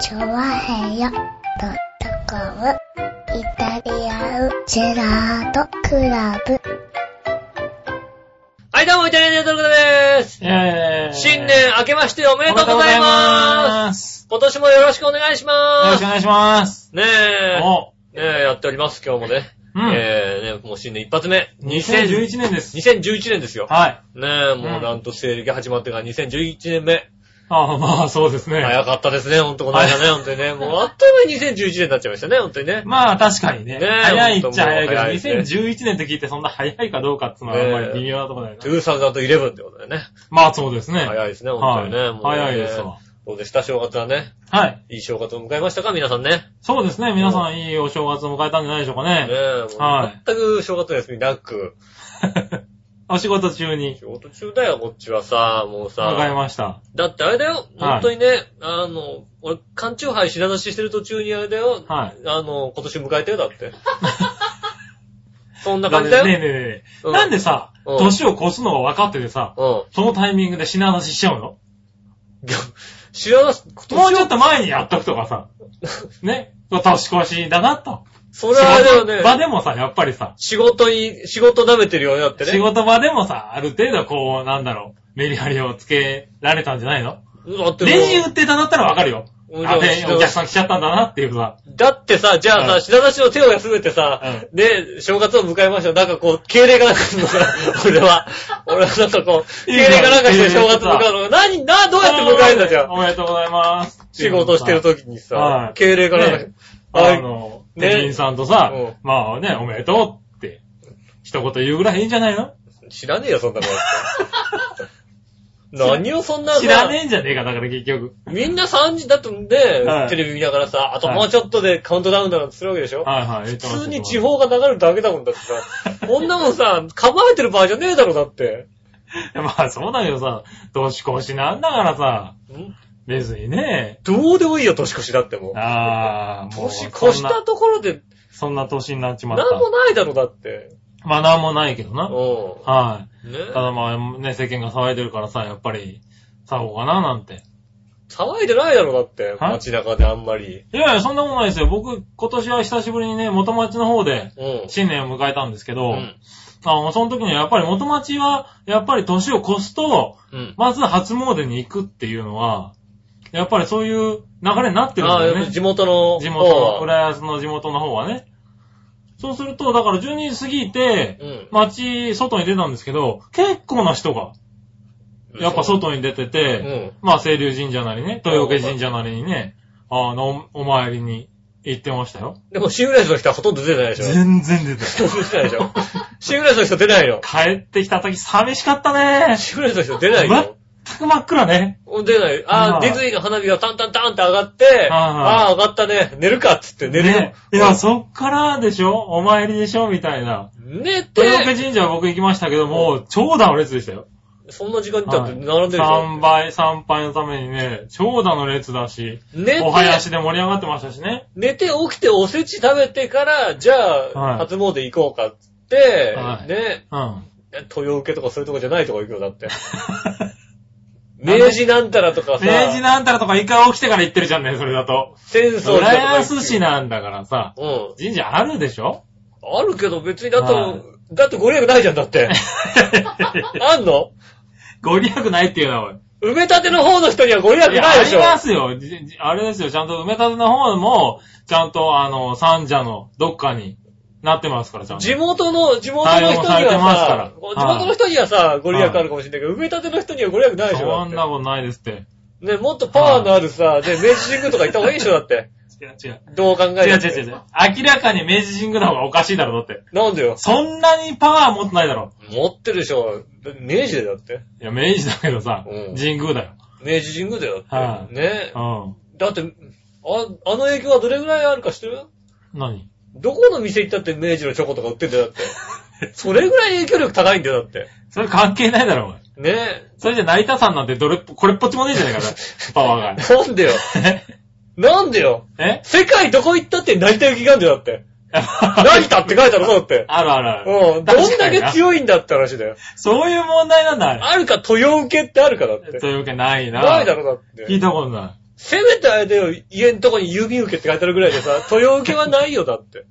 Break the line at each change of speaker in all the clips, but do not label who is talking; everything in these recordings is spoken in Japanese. チョワヘヨドットコムイタリアンジェラートクラブ。
はい、どうも、イタリアンジェラートクラブです。
えー
新年明けましておめでとうございます。
す。
今年もよろしくお願いし
よろ
ま
しく
す
お。願いします。
ねえ、
お、
ねえ、やっております、今日もね。
うん
えーね、もう新年一発目。2011
2011年です。
年ですよ。
はい。
ねえ、も
う
う、
ん
なんと西暦始まってから2011年目。
あまあ、そうですね。
早かったですね、ほんと、この間ね、
はい
ほんとにね。もう、あっという間に2011年になっちゃいましたね、ほんとにね。
まあ、確かにね。
ねえ
早いっちゃ早いけど、
本当もう
2011年と聞いてそんな早いかどうかっていうのは、やっぱり微妙なところだよね。
2011ってことでね。
まあ、そうですね。
早いですね、ほんと
はい
にね。もうね
早いですわ。
どうでした、正月はね。
はい。
いい正月を迎えましたか、皆さんね。
そうですね。皆さん、いいお正月を迎えたんじゃないでしょうか
ね
ね。
え、も
は
う
い
全く正月の休みなく、
お仕事中に。
仕事中だよ、こっちはさ、もう
わかり
さ。
ました。
だってあれだよ、
はい
本当にね、あの、俺、缶中杯品出ししてる途中にあれだよ、
は
あ
い
の、今年迎えたよ、だっ て。そんな
だっ
感じ
て
だ
ねえ
よ。
ねえね
う
え。
ん
なんでさ、
うん
年を越すのが分かっててさ、
うん。
そのタイミングで品出ししちゃうの
知らなす、
もう
年
ちょ
を
っと前にやっとくとか さ、ね、年越しだなと。
それはでも
仕事場
ね、
でもさ、やっぱりさ、
仕事に、仕事舐めてるよね、だってね。
仕事場でもさ、ある程度こう、なんだろう、メリハリをつけられたんじゃないの
だってもう
レジ売ってたんだったらわかるよ。
うん
あ、
で
で、
も
お客さん来ちゃったんだなっていうさ。
だってさ、じゃあ
う
さ、
ん
品出しの手を休めてさ
う、
ね、正月を迎えました。なんかこう、敬礼かなんかするのさ、 俺は。俺はなんかこう、敬
いいね
礼かなんかして正月迎うの。何、な、どうやって迎えるんだじゃあ。
おめでとうございます。
仕事してる
と。
時に
は
さ
い、
敬礼かなんか
ね。
は
あ
い
の、
ね
店員さんとさ
うん、
まあね、おめでとうって、一言言うぐらいいいんじゃないの
知らねえよ、そんなの。 何をそんなさ
知らねえんじゃねえか、だから結局。
みんな3時だとね
は、い
テレビ見ながらさ、あと
はい
もうちょっとでカウントダウンだなんてするわけでしょ
はいはい。普
普通に地方が流れるだけだもんだって さ、こんなもんさ、構えてる場合じゃねえだろ、だって。
いや まあそうだけどさ、年越しなんだからさ、別にね。
どうでもいいよ、年越しだってもう。
ああ、もう
年越し
そん
た
な、
ところで、
そんな年になっちまっ
なんも
た。
ないだろ、だって。
まあなんもないけどな。
う
は
ん。ね
い。ただまあね、世間が騒いでるからさ、やっぱり、騒ごうかななんて。
騒いでないだろ、だって。
はい
街中であんまり。
いやいや、そんなことないですよ。僕、今年は久しぶりにね、元町の方で、
うん。
新年を迎えたんですけ
う
ど、
ん
あの、その時にはやっぱり元町は、やっぱり年を越すと、
うん。
まず初詣に行くっていうのは、やっぱりそういう流れになってるん
あ
だ
あ、や
よ
っ
ね
ぱ。地元の。
地元、
うん。
浦安の地元の方はね。そうすると、だから12時過ぎて、
うん
街、外に出たんですけど、結構な人が、やっぱ
う。
外に出て
う
て、
ん。
まあ、清流神社なりね、豊岡神社なりにね、あの、お参りに行ってましたよ。
でも、シングライスの人はほとんど出てないでしょ。
全然出てない。
ほとんど出てないでしょ。シングライスの人出ないよ。
帰ってきた時寂しかったね。
シングライスの人出ないよ。
全く真っ暗ね。
出ない。ああ、
はい
ディズニーの花火がタンタンタンって上がって、ああ、上がったね。寝るかっつって寝るよ
ね。。いや、そっからでしょお参りでしょみたいな。
寝て、
豊岡神社は僕行きましたけども、超団列でしたよ。
そんな時間にだっ
は
て
い
並んでるでしょ。
参拝、参拝のためにね、長蛇の列だし、
寝
お
て
囃、子で盛り上がってましたしね。
寝て起きておせち食べてから、じゃあ、
はい
初詣行こうかっつって、
はい
ね、
うん。
豊受けとかそういうとこじゃないとこ行くよ、だって。明治なんたらとかさ、
明治なんたらとか一回起きてから行ってるじゃんね、それだと。
浅草寺と
浦
か行く
安市なんだからさ、
うん。
神社あるでし ょ
あるけど別にだと、
はい
だってご利益ないじゃん、だ って。あんの
ご利益ないっていうのは、
埋め立ての方の人にはご利益
おい。いや、
な
あ
いでし
り
ょ。
ますよ。じじあれですよ。ちゃんと埋め立ての方も、ちゃんと、あの、三社のどっかになってますから、ちゃんと。
地元の、地元の
対
人
応
に
されてますか
は
ら
さ、地元の人にはさ、ご利益あるかもしれないけど、埋め立ての人にはご利益ないでしょ。だっ
そ
て
んなことないですって。
ね、もっとパワーのあるさ、ね、明治神宮とか行った方がいいでしょ、だって。
違う違う。
どう考え
違う違
て
う違う違う。明らかに明治神宮の方がおかしいだろ、だって。
なんでよ。
そんなにパワー持ってないだろ。
持ってるでしょ。明治でだって。
いや、明治だけどさ、
うん
神宮だよ。
明治神宮だよ、だっ
は
て。ね。
う
だって、あ、あの影響はどれぐらいあるか知ってる
ん。何
どこの店行ったって明治のチョコとか売ってんだよ、だって。 それぐらい影響力高いんだよ、だって。
それ関係ないだろ、お前。
ね。
それじゃ成田さんなんてどれっぽ、これっぽっちもねえじゃねえか な、パワーが。
なんでよ。
え
なんでよ。
え
世界どこ行ったって成田行きがあるんだよ、だって。成
何
田って書いてあるぞ、だって。
あるあるある。
うん。どんだけ
確かにな
強いんだって話だよ。
そういう問題なんだ、あ
あるか、豊受けってあるかだっ
れ。
て。
というわけないな。
ないだろ、だって。
聞いたことない。
せめてあれだよ、家のとこに郵便受けって書いてあるぐらいでさ、豊受けはないよ、だ って。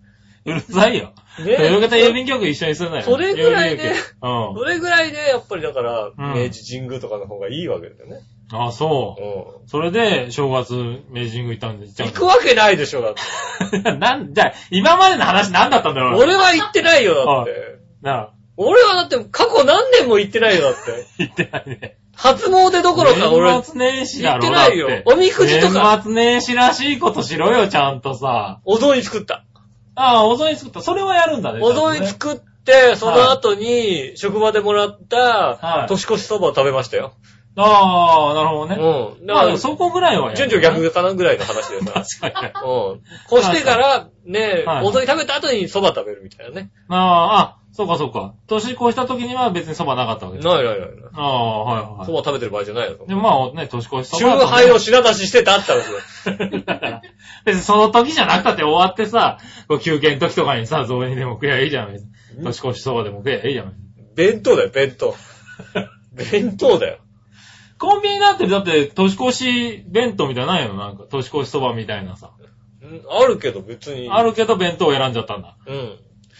うるさいよ。
ね
豊方郵便局一緒にすんなよ。
それぐらいね
郵便
そ
局
れぐらいで、やっぱりだから、
うん
明治神宮とかの方がいいわけだよね。
うん。あ、そう。
う
それで、正月、明治神宮行ったんで、行っち
ん。
ゃう
行
ん
くわけないでしょ、だって。
だ。 なん、じゃあ、今までの話何だったんだよ、
俺
俺。
は行ってないよ、だって。
なあ、
俺はだって過去何年も行ってないよ、だって。
言ってないね。
初詣どころか俺、
年末年始だろ、
行ってないよ
だって
おみくじとか
年末年始らしいことしろよ、ちゃんとさ。
お雑煮作った。
ああ、お雑煮作った。それはやるんだね。
お雑煮
ちゃん
作
とね
って、その後に、職場でもらった
は、い
年越しそばを食べましたよ。
ああ、なるほどね。
うん。だ
ま
か
あ、
ら、
そこぐらいはや
順
る
序逆かなぐらいの話でさ。
確かに。
うん。こうしてから、ね
は、い
お雑煮食べた後に蕎麦食べるみたいなね。
ああ、あ、そうかそうか。年越した時には別にそばなかったわけです。
ないないないない。
ああ、はい
蕎
は
麦食べてる場合じゃないよ。
い。でもまあね、年越しそ
チュ
ば。
ーハイを品出ししてたったらですよ。
だから 別にその時じゃなくたって終わってさ、こう休憩の時とかにさ、雑煮でも食えばいいじゃん。別に
ん
年越しそばでも食えばいいじゃん。
弁当だよ、弁 当。弁当だよ。
コンビニなんてだって年越し弁当みたいなのないのなんか年越しそばみたいなさ。
うんあるけど別に。
あるけど弁当を選んじゃったんだ。
うん。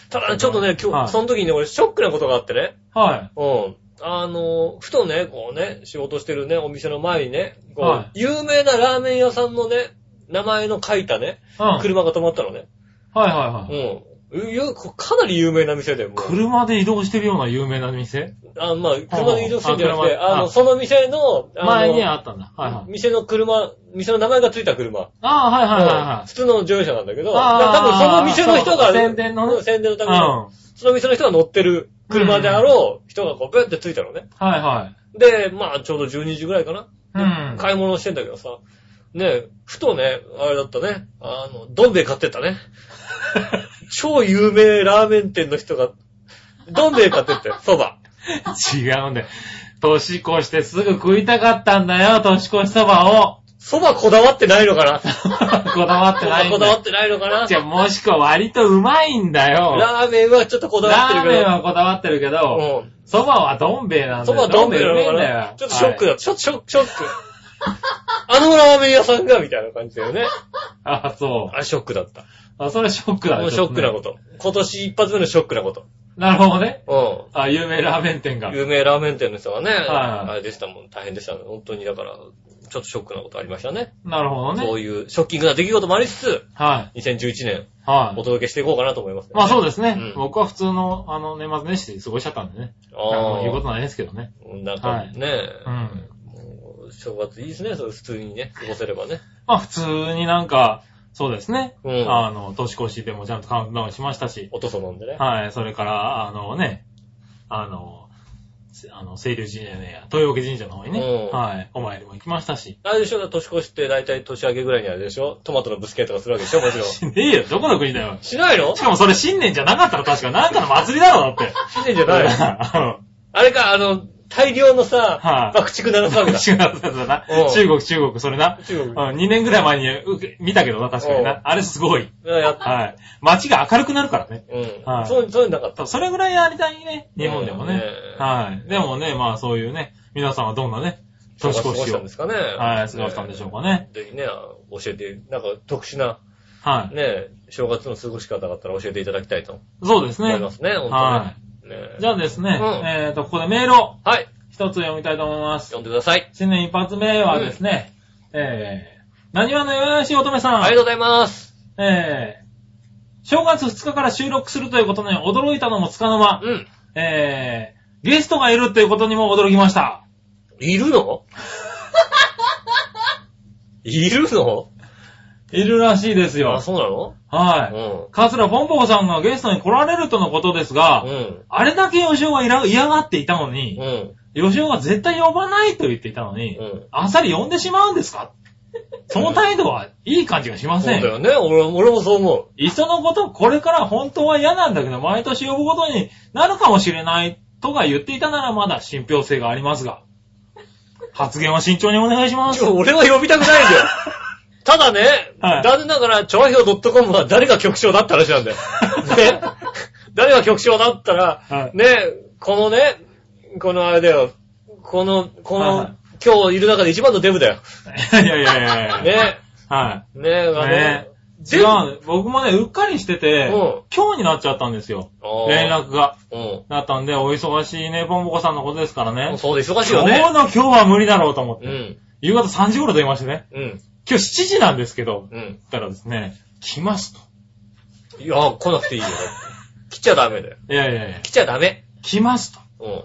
ただねちょっとね、今
は
日、
い
その時にね俺ショックなことがあってね。
はい。
うん。あの、ふとね、こうね、仕事してるね、お店の前にね、こう、
はい
有名なラーメン屋さんのね、名前の書いたね、
うん。はい
車が止まったのね。
はいはい。
うん。いやこかなり有名な店で、もう。
車で移動してるような有名な店
あまあ、車で移動してるんじゃなくて、
あ車
あの、
あ
その店の、あの
前にあったんだ。はいはい。
店の車、店の名前がついた車。
ああ、はいはいはいはい。
普通の乗用車なんだけど、多
あー
分その店の人が、
そう宣伝のね
うん宣伝のために、
うん。
その店の人が乗ってる車であろう人がこう、ブーってついたのね。
はいはい。
で、まあ、ちょうど12時ぐらいかな。
うん。
買い物してんだけどさ、ね、ふとね、あれだったね、あの、どん兵衛買ってった ね。超有名ラーメン店の人が、どん兵衛買ってって、そば。
違うんだよ。年越してすぐ食いたかったんだよ、年越しそばを。
そばこだわってないのかな
こだわってないん
こだ
だ
わっ
よ。
てないのかな
じゃあ、もしくは割とうまいんだよ。
ラーメンはちょっとこだわ
ラ
ってる
ー
けど。
メンはこだわってるけど、
うん。
そばはどん兵衛なんだよ。
そばどん兵衛なのか
どん兵衛うめえんだ
な
よ
ちょっとショックだ。ちょっとショック、ショック。あのラーメン屋さんが、みたいな感じだよね。
はいあ、そう。
あ、ショックだった。
あ、それショックだね
もうショックな
ちょ
こ
っ
と。今年一発目のショックなこと。
とねなるほどね。
う
あ、有名ラーメン店が
ん。。有名ラーメン店の人がね、
はい
あれでしたもん、大変でしたね。本当に、だから、ちょっとショックなことありましたね。
なるほど
そ
ね。
ういうショッキングな出来事もありつつ、
は
2011年、
い。は
お
い。
届けしていこうかなと思いますね。
まあそうですね
う。ん
僕は普通の、あの、年末年始で過ごしちゃったんでね。
あ
あの
あ
言うことないですけどね。
なんか
はい
ね、
うん。
もう正月いいですね、それ普通にね、過ごせればね。
まあ普通になんか、そうですね。
うん
あの、年越しでもちゃんとカウントダウンしましたし。
おとそ飲んでね。
はい、それから、あのね、あの、せあの、清流神社ねえや、豊岡神社の方にね、
うん
はい、お参りも行きましたし。
あれでしょ年越しって大体年明けぐらいにあれでしょトマトのブスケとかするわけでしょもちろん。
しねえよ、どこの国だよ。
しないの
しかもそれ新年じゃなかったら確か、なんかの祭りだろ、だって。
しないんじゃないあれか、あの、大量のさ、
はい
爆竹鳴らすわけだ。
違うな
うん
中国、中国、それな。
中国
2年ぐらい前に受け見たけどな、確かに
うん
な。あれすごい。
やっ
はい。街が明るくなるからね。
うん、
はい
そう、そういうのなかった。
それぐらいやりたいね、日本でも
うん
ね
ね。
はい。でもね、まあそういうね、皆さんはどんなね、年越
過ごし
したを
んで、すかね。
はい、過ごしたんでしょうかね。
ぜひね、教えて、なんか特殊な、
はい。
ね、正月の過ごし方があったら教えていただきたいと
そうです
思い
ね
ま。すね、本当
は
にね。ね
い。じゃあですね、
うん
えっと、ここでメールを
はい、
一つ読みたいと思います。
読んでください。
新年一発目はですね、えー、なにわのよよしおとめさん。
ありがとうございます。
えー、正月2日から収録するということに驚いたのもつかの間、
うん。
えー、ゲストがいるということにも驚きました。
いる のいるの
いるらしいです
あ、
よ。
そうなの
はい。カツラポンポコさんがゲストに来られるとのことですが、
うん。うん。
あれだけ吉尾がいら嫌がっていたのに、
うん。
吉尾が絶対呼ばないと言っていたのに、
うん
あっさり呼んでしまうんですかその態度はいい感じがしま
そう
せ
だ
ん。
よね。俺俺もそう思
いっそのこと、これから本当は嫌なんだけど、毎年呼ぶことになるかもしれないとか言っていたならまだ信憑性がありますが、発言は慎重にお願いしま
う。
す。
ちょ俺は呼びたくないん だよ。ただね、
はい
残念ながら、調和表 .com は誰が局長だった話なんだよ。ね。誰が局長だったら、
はい
ね、このね、このあれだよ、この、こ
はいは
の
い、
今日いる中で一番のデブだよ。
いやいやいやいや。
ね。
は
ねえ、あの、
ねい。
デ
違
ブ。
う、僕もね、うっかりしてて
うん、
今日になっちゃったんですよ。
あー
連絡が。
う
なったんで、お忙しいね、ポンポコさんのことですから
ん。
ね。
そうで忙しい
今
よ
日
ね。
の今日は無理だろうと思っ
う
て。
ん。
夕方3時頃電話してね。
うん。
今日7時なんですけど、
うん。
言ったらですね、来ますと。
いや、来なくていいよ。来ちゃダメだよ。
いやいやいや、
来ちゃダメ。
来ますと。
うん。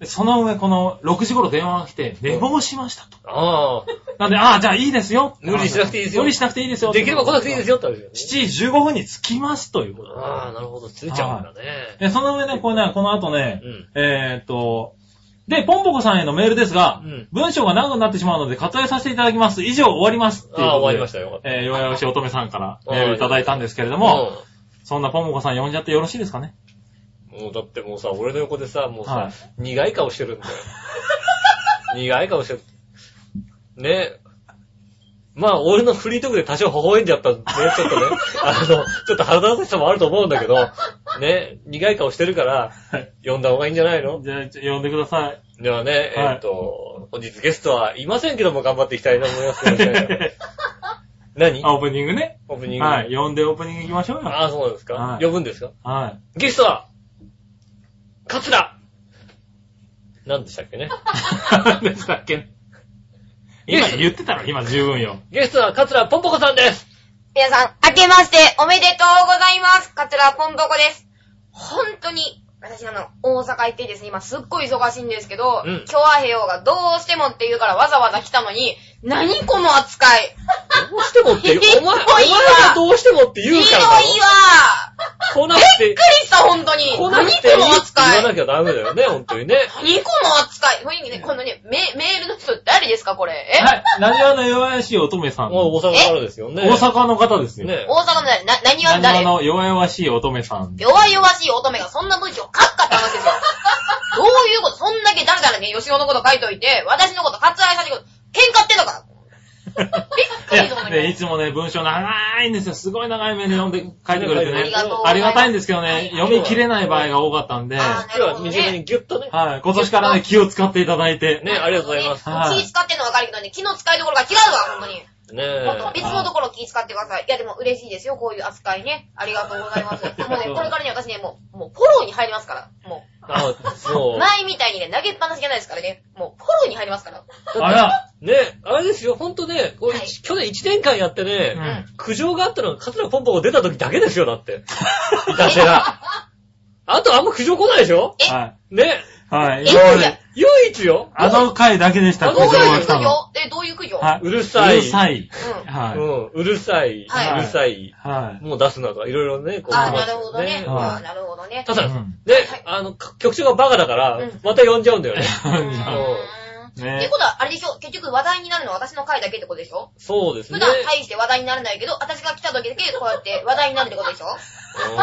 でその上、この6時頃電話が来て、寝坊しましたと。
あ
なんで、ああ、じゃあいいですよ。
無理しなくていいですよ
無理しなくていいです
あ。
よ。
できれば来なくていいです
よ。
よって話だよね。
7時15分に着きますということ。
ああ、なるほど。ついちゃうんだね。
で、その上ね、これね、この後ね、
うん。
えーっと、で、ポンポコさんへのメールですが、
うん
文章が長くなってしまうので割愛させていただきます。以上、終わります。。
ああ、終わりましたたよ。よかっ
えー、弱々しい乙女さんから
うん
メールいただいたんですけれ
た。
ども、そんなポンポコさん呼んじゃってよろしいですかね
うん、もうだってもうさ、俺の横でさ、もうさ、
はい
苦い顔してるんだ よ。苦い顔してる。ねまあ、俺のフリートークで多少微笑んじゃったんで、ちょっとね、 あの、ちょっと腹立たしさもあると思うんだけど、ね、苦い顔してるから
はい、
呼んだ方がいいんじゃないの
じゃあ、ちょ呼んでください。
ではね、
はい
えっと、本日ゲストはいませんけども頑張っていきたいと思いますけどね。 何
あオープニングね。
オープニング。
はい。呼んでオープニング行きましょうよ。
ああ、そうなんですか、
はい
呼ぶんですか
はい。
ゲストは、カツラ何でしたっけね
何でしたっけ 今言ってたろ、今十分よ。
ゲストはカツラポンポコさんです
皆さん、明けましておめでとうございます。カツラポンポコです。本当に、私あの、大阪行ってですね、今すっごい忙しいんですけど、
うん
今日は平洋がどうしてもって言うからわざわざ来たのに、何この扱い。
どうしてもって 言う
ひどい
お前、お
わ
前がどうしてもって
ひど
言
いうわ
からだろ来なく
び
て
っく、りした、本当に。
来な
何
く
こ
て言
の扱
わ
い。
なきゃダメだよね、本当にね。
何この扱い。これね、このね、メメールの人誰ですか、これ。え、
はい。ラジオの弱々しい乙女さん。
もう大阪からですよね。
大阪の方ですよ。
ね。
大阪の誰な、何は
ラジ
誰
オの弱々しい乙女さん。
弱々しい乙女がそんな文章書くかって話ですよ。どういうことそんだけだらだらね、吉尾のこと書いといて、私のこと割愛させてくる。喧嘩ってんのか びっく
い
りと思
や、
い
ね、
ま
い
す。
つもね、文章長いんですよ。すごい長いメール読んで、書いてくれて
あ
い
ね。
りがとうございます。
ありがたいんですけど
はい
ね、読み切れない場合が多かったんで、
あ
は
今日は短めにギュッとね。
い。今年からね、気を使っていただいて。
ね、ありがとうございます。
はい
気使ってんのはわかるけどね、気の使いどころが違うわ、ほんとに。
ね
もっと別のところ気使ってください。いや、でも嬉しいですよ、こういう扱いね。ありがとうございます。もうね、これからね、私ね、もう、もうフォローに入りますから。も、
あ、そうう。
前みたいにね、投げっぱなしじゃないですからね。もう、フォローに入りますから。
あら、
ね、あれですよ、ほんとね、こう
はい
去年1年間やって
う
ね、
ん。
苦情があったのがカツラポンポコ出た時だけですよ、だ って。いたしら。あとあんま苦情来ないでしょ
は
ね、
い。はい。
え
今まで
唯一よ。
あの回だけでした、
あ
ど
の
う
回
苦情が
いう
来
苦
たの。
情え、どういう苦情
は
うるさい。
うるさい。
うん。
う
は
ん、うるさい。
は
う
い
るさい
い。。はい。
もう出すなとか、いろいろね、こう。
あ、なるほどね。
うん
あなるほどね。
ただ、
う
ね
ん、
あの、か局長がバカだから
うん、
また呼んじゃうん だよね。
う ーん
ね
ってことは、あれでしょ結局話題になるのは私の回だけってことでしょ
そうですね。
普段大して話題にならないけど、私が来た時だけこうやって話題になるってことでしょ しょう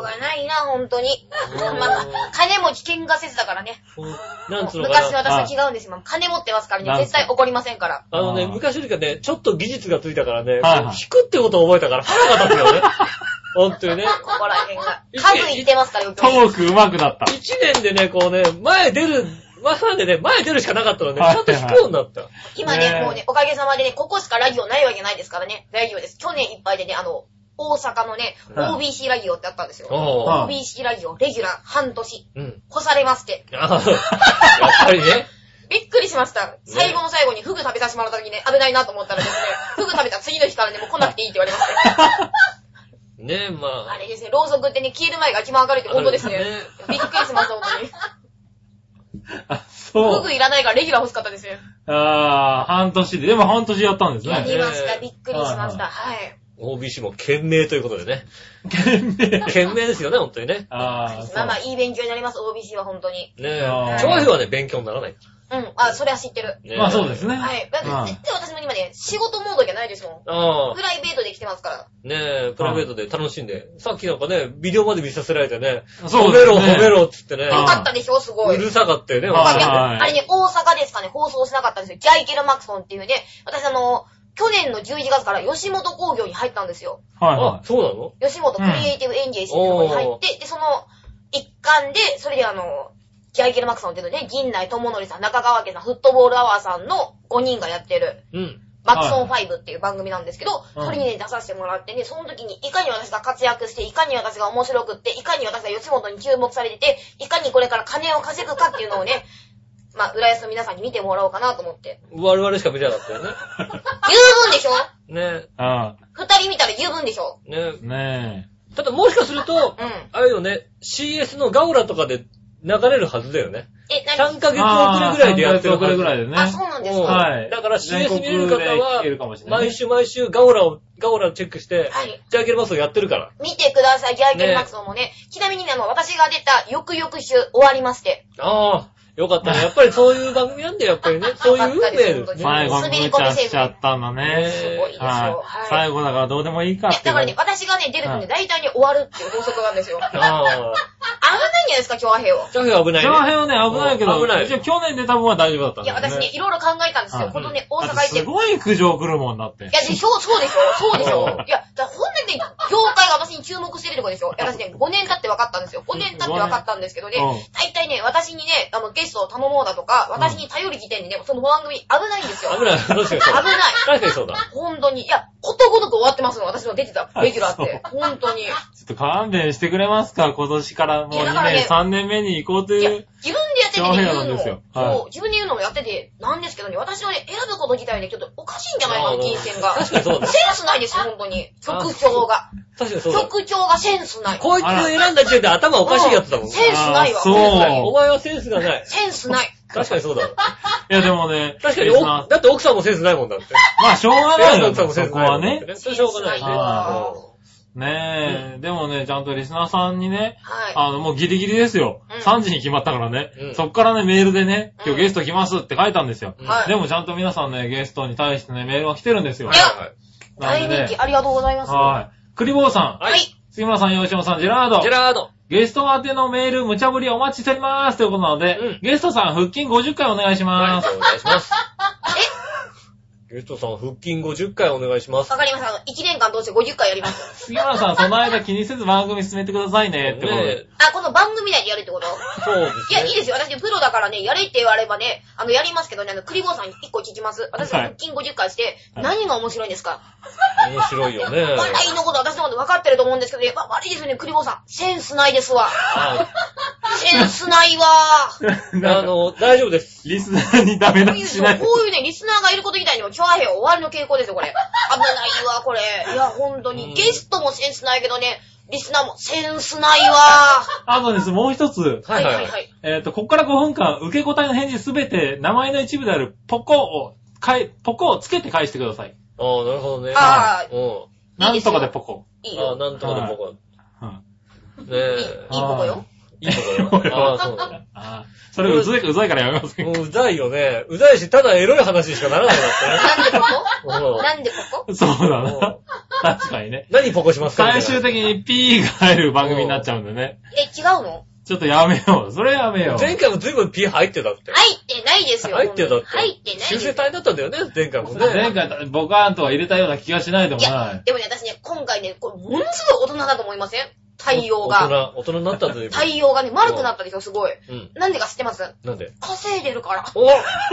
がないな、ほんとに。
うん
まあ、金も危険がせずだからね。
おーなんつうのか
昔
な。
私は違うんですよ。金持ってますから
なん
ね。
すか
絶対怒りませんから。
あのね、
あー
昔よりかね、ちょっと技術がついたからね、
はいはい
引くってことを覚えたから腹が立つ よね。本当にね。
ここら辺が。数言ってますから、よく
ト
に。
ーク上手くなった。
一年でね、こうね、前出る、まさでね、前出るしかなかったので、ち
はい
ゃんと引くようになった。
今
ね
ね、
え
もうね、おかげさまでね、ここしかラジオないわけないですからね。ラジオです。去年いっぱいでね、あの、大阪のね、
はい
OBC ラジオってあったんですよ。
ああ。
OBC ラジオ、レギュラー、半年、
うん。
干されますって。
ああ。やっぱりね。
びっくりしました。最後の最後にフグ食べさせてもらった時にね、危ないなと思ったら ですね、フグ食べた次の日からね、もう来なくていいって言われました。
ねまあ
あ。れですね、ろうそくってね、消える前が一番明るいって本当ですね。びっくりしました、本当に。
あ、
フ
そう
グ。いらないからレギュラー欲しかったですね。
あー、半年で。でも半年やったんです
や
ね
ね。
りました、びっくりしました。はい。
OBC も懸命ということでね。
懸命。
懸命ですよね、本当にね。
あー、そう
まあまあ、いい勉強になります、OBC は本当に。
ねえ
あ。ー
長編はね、勉強にならない。
うん、あ、それは知ってる。
ね
まあそうですね。
はい。だって
うん
絶対私も今ね、仕事モードじゃないですも
あ
ん。プライベートで来てますから。
あ。ねえ、プライベートで楽しんで。さっきなんかね、ビデオまで見させられてね。
そう
褒め
ですね
ろ、褒めろっつってね。
よ
あ
かったでしょ、すご
う
い。
るさかったよね、
はい
まあ
私
ね
ね
はい
あれね、大阪ですかね、放送しなかったんですよ。ジャイケル・マクソンっていうね、私あの、去年の11月から吉本工業に入ったんですよ。
はい
あ
は、
そうなの
吉本クリエイティブエンゲージっていうところに入って、で、その一環で、それであの、キャイケルマックさんの出てるね、銀内智則さん、中川家さん、フットボールアワーさんの5人がやってる、
うん。
マクソン5っていう番組なんですけど、
うん
それにね、出させてもらってね、その時に、いかに私が活躍して、いかに私が面白くって、いかに私が吉本に注目されてて、いかにこれから金を稼ぐかっていうのをね、まあ、浦安の皆さんに見てもらおうかなと思って。
我々しか見てなかったよね。
十分でしょ
ね
二人見たら十分でしょ
ね
うん。ね
ただもしかすると、
うん。
あれよね、CS のガオラとかで流れるはずだよね。
え、何
3ヶ
え。
月遅れぐらいでやってる
あー三ヶ
は
月遅れ
ず。
ぐらいでね。
あ、そうなんです
うん
か。は
はい。
だから
全
CS
国
見れる方は
で聞けるかもしれないね
毎週毎週ガオラを、ガオラをチェックして、
い。
ジャーケルマスをやってるから。
見てください、ギャイケルマクソンもね。ちなみにね、あの、私が出た翌々週終わりまして。
ああ、よかったね。やっぱりそういう番組なんだよ、やっぱ りね。そういう運命ですね。
最後に無茶しちゃったんだね。
す
ごいですよ
は
はい
い。最後だからどうでもいいか
え
ってい
だ
う。
からね、私がね、出ると
は
ね、
い
大体ね、終わるっていう法則なんで すよ。危ないんじ
ああ。
ゃないですか、今日は
ジャフェは危ない
上
ね。
辺はね、危ないけど、
危ない
一応去年出た分は大丈夫だったん
い
だ
や、
よね。
私ね、いろいろ考えたんですよ。
はい
このね、大
だ
阪
って
行って。
すごい苦情来るもんだって
い。や、でしょ、そうでしょ、そうでしょ
うん。
いや、だからほんとにね、業界が私に注目してるとこでしょ。いや私ね、5年経って分かったんですよ。5年経って分かったんですけどね
うん、
大体ね、私にね、あの、ゲストを頼もうだとか、私に頼る時点でね、その番組危ないんですよ。
危ない。確かにそう
危ない。
確かにそうだ。
ほんとに。いや、ことごとく終わってますの、私の出てたレギュラーって。ほんとに。い
ちょっと勘弁してくれますか今年からもう
いやだ
2
からね
年、3年目に行こうと
や、
い
自
う。
分でやっててね、
上
言
辺
う
なん
の
ですよはい
そう、自分で言うのもやってて、なんですけどね、私のね、選ぶこと自体ね、ちょっとおかしいんじゃないか
あ
な、
ー
金銭が。
確かにそうだ
センスないですよ、ほんとに。曲調が。
確かにそうだ。
曲調がセンスない。
こいつ選んだ時点で頭おかしいやつだもん。
うん
セン
センスないわ。
あーそう
スないお前はセンスがない。
センスない。
確かにそうだわ。
いや、でもね、
確かに、
リス
お
ナ
だって奥さんもセンスないもんだって。
ーまあ、しょうがないよ、
奥さんもセン
そ
ス
こ
ないも
は
んだっ
ね
て。ね。それはしょうがないね。
は
うん
ねえ、でもね、ちゃんとリスナーさんにね、
は
あの、もうギリギリですよ。
うん
3時に決まったからね。
うん
そっからね、メールでね、今
うん
日ゲスト来ますって書いたんですよ。
い。はい。
でもちゃんと皆さんね、ゲストに対してね、メールが来てるんですよ
はい。はい
なん
大
で
人
ね
気、ありがとうございます。
はい。クリボーさん、
はい。
は
はいい。
杉村さん、吉本さん、ジェラード
ジェ。ラード。
ゲスト宛てのメール、無茶ぶりお待ちしております。ということなので、
うん
ゲストさん、腹筋50回お願いし
はい。
ま
お
す。
願いします。ゲストさん、腹筋50回お願いします
わ。かりました。1年間通して50回やります。
杉村さん、その間気にせず番組進めてくださいね、ってことで。
ね
あ、この番組内でやるってこと
そう
いや、
で
いい
すね。
ですよ。私、プロだからね、やれって言わればね、あの、やりますけどね、あの、クリボーさんに1個聞きます。私は
はい
腹筋50回して、
はい
何が面白いんですか
面白いよね。
笑いのこと、私のこと分かってると思うんですけど、やっぱ悪いですよね、クリボーさん。センスないですわ。
あ
センスないわ。
な
あ
んか
の、大丈夫です。
リスナーにダメ出
こういう
しし
でしょ
ない。
こういうね、リスナーがいること自体にも、キョアヘア終わりの傾向ですよ、これ。危ないわ、これ。いや、ほんと
う
に。
ん
ゲストもセンスないけどね、リスナーもセンスないわ。
あとです、もう一つ。
はいはいはい。
い。
えっ、と、こっから5分間、受け答えの返事すべて、名前の一部であるポコを、かい、ポコをつけて返してください。
ああ、なるほどね。
あ
うん。
なんとかでポコ。
いい
ああ、
よ。
なんとかで僕は。
うん。
ね
いいいい
え。
ポコよ。
いい とこよ。ああ、そうだね。
あーそれうざい、うざいからやめません
も。ううざいよね。うざいし、ただエロい話にしかならないんだ
なんでこ
ってね
こ。なんでここ
そうだ
うんうん
な。確かにね。
何ポコしますかみたい
最
な
終的に P が入る番組になっちゃうんでね。
え、違うの
ちょっとやめよう。それやめよう。
前回も随分ピー入ってたって。
入ってないですよ。
入ってたって。
入ってない
修正
です。
体だったんだよね、前回もね。
前回、ボカーンとは入れたような気がしないでも
い
な
や、でもね、私ね、今回ね、これ、ものすごい大人だと思いません対応が。
大人、大人になったというか。
対応がね、丸くなったでしょ、すごい。
うん。
なんでか知ってます
なんで
稼いでるから。
お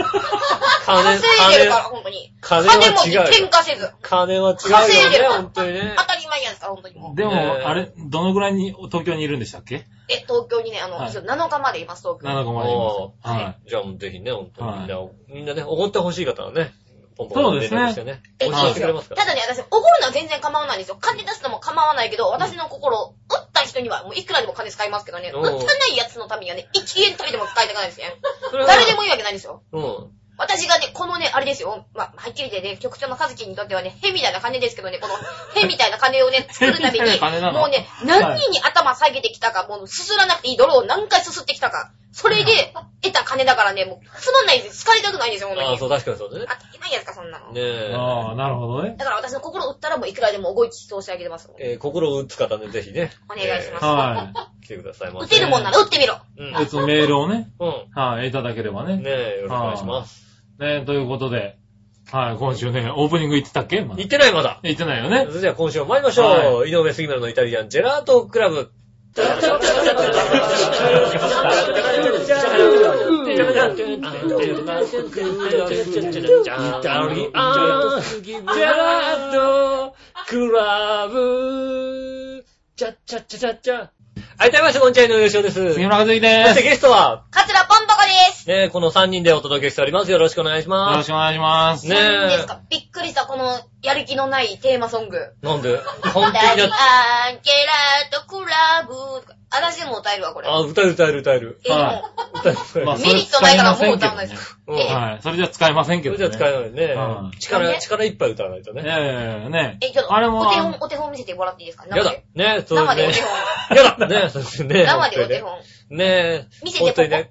金、
稼いでるから、
金、
ほんとに。
金は
金も
違うよ
転嫁せず。
金は違
稼いうでる
よね、
から
本当にね
当。たり前やんか、ほんとにもう
い。。でも、
ね
あれ、どのぐらいに東京にいるんでしたっけ
え、東京にね、あの、
はい
一応7日までいます、東京。
?7 個までいます。は
じゃあもうぜひね、本当にみんな、
は
みんなね、怒ってほしい方はね、ポンポン
そうですね
連絡してね。
え、い
教
い
は
え
で
て
す
くれ
よ
ますか
た
ら。
だね、私、怒るのは全然構わないんですよ。金出すのも構わないけど、私の心、打った人にはもういくらでも金使いますけどね、
う
打
ん
たないやつのためにはね、1円たりでも使いたくないですね。
それは
誰でもいいわけないですよ。
うん。
私がね、このね、あれですよ。まあ、はっきり言ってね、局長の和樹にとってはね、へみたいな金ですけどね、この、へみたいな金 をね、作るために、
屁みたいな金なの
もうね、何人に頭下げてきたか、もうすすらなくていい泥を何回すすってきたか、それ で得た金だからね、もう、つまんないです。使いたくないですよ、ほんと
ああ、
に。
そう、確かにそうだね。
当たり前やんか、そんなの。
ね
い。
え。
ああ、なるほどね。
だから私の心を打ったらもういくらでも動いて通してあげてますもん。
えー心を打つ方ね、ぜひね。
お願いします
は
えー来てくださいま
打
せ。
てるもんなら打ってみろ。
うん。
い。別のメールをね、
う
はい、いただければ
ん。
ね。
ねえ、よろしくお願いします。
ね、ということで、はい、今週ね、オープニング行ってたっけまだ
行ってない、まだ。
行ってないよね。
それでは今週も参りましょう。井上杉村のイタリアンジェラートクラブ。い、たいまして、こんちゃいの優勝です。
杉村和之
そ
で
して
す。よ
ゲストは、
カツラポンポコです。
ね、この3人でお届けしております。よろしくお願いしま
ろし
す。
くお願いします。
ね
何ですかびっくりした、このやる気のないテーマソング。
なんで
ダ
本
ニアン
当
ケラ
に
ー
だ、
トクラブとか。私でも歌えるわ、これ。
あ、歌える歌える歌える。
え、でも
は、
歌える歌える
まあ。
メリットないからもう歌わないです。
うん
え
はい。それじゃ使えませんけ
そ
ど
れ
ね。
じゃ使えないね
うん。
なん
力、
で
力いっぱい歌わないとね。
ええね
え、ちょっと、
あれも
お手本、お手本見せてもらっていいですか
やだ。ね、そう
生
ね
でお手。本。
やだね、そうですね。
生でお手
本
本。
当にね。ね
見せて
本当にね。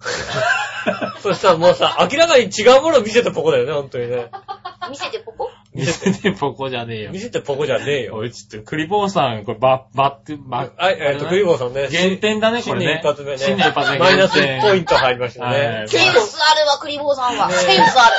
そしたらもうさ、明らかに違うものを見せてポコだよね、本当にね。
見せてポコ
見せてポコじ ゃねえよ
見。せてポコじゃねえよ。
おい、ちょっと、クリボーさん、これ、ば、ばって、ば、
はい、えっと、クリボーさんね。
減点だね、こ
新
れ
年
ね
一。発目ね。
新年一発目
マイナス
減点
1ポイント入りました
は
ね
い。
センスあるわ、クリボーさんは。
ね
センスある。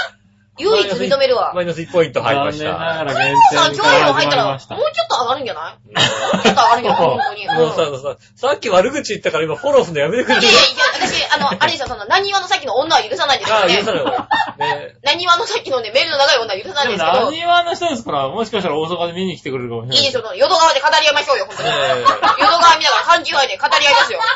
唯一認めるわ。
マイナス1ポイント入りまし
残念
た。
ながら減
クリボーさん、
点
今日以
が
上
始
入っ
ま
た
り
ら、も
ま
う
し
ち
た。
ょっと上がるんじゃないもうちょっと上がるんじゃない本 当に。
もうさ、さ、さっき悪口言ったから今フォローするのやめてくれ
い
る
やいや、私、あの、あれでしょ、その、何話のさっきの女は許さないです
あ
よ
あ、許さない
ね。
わ。ね
何話のさっきのね、メールの長い女は許さない
で
で
も、
すけど
何、話の人ですから、もしかしたら大阪で見に来てくれるかもしれない
いいでしょ、その、淀川で語り合いましょうよ、本当に。
ね
淀川見ながら感じ合いで語り合いますよ。
え、ね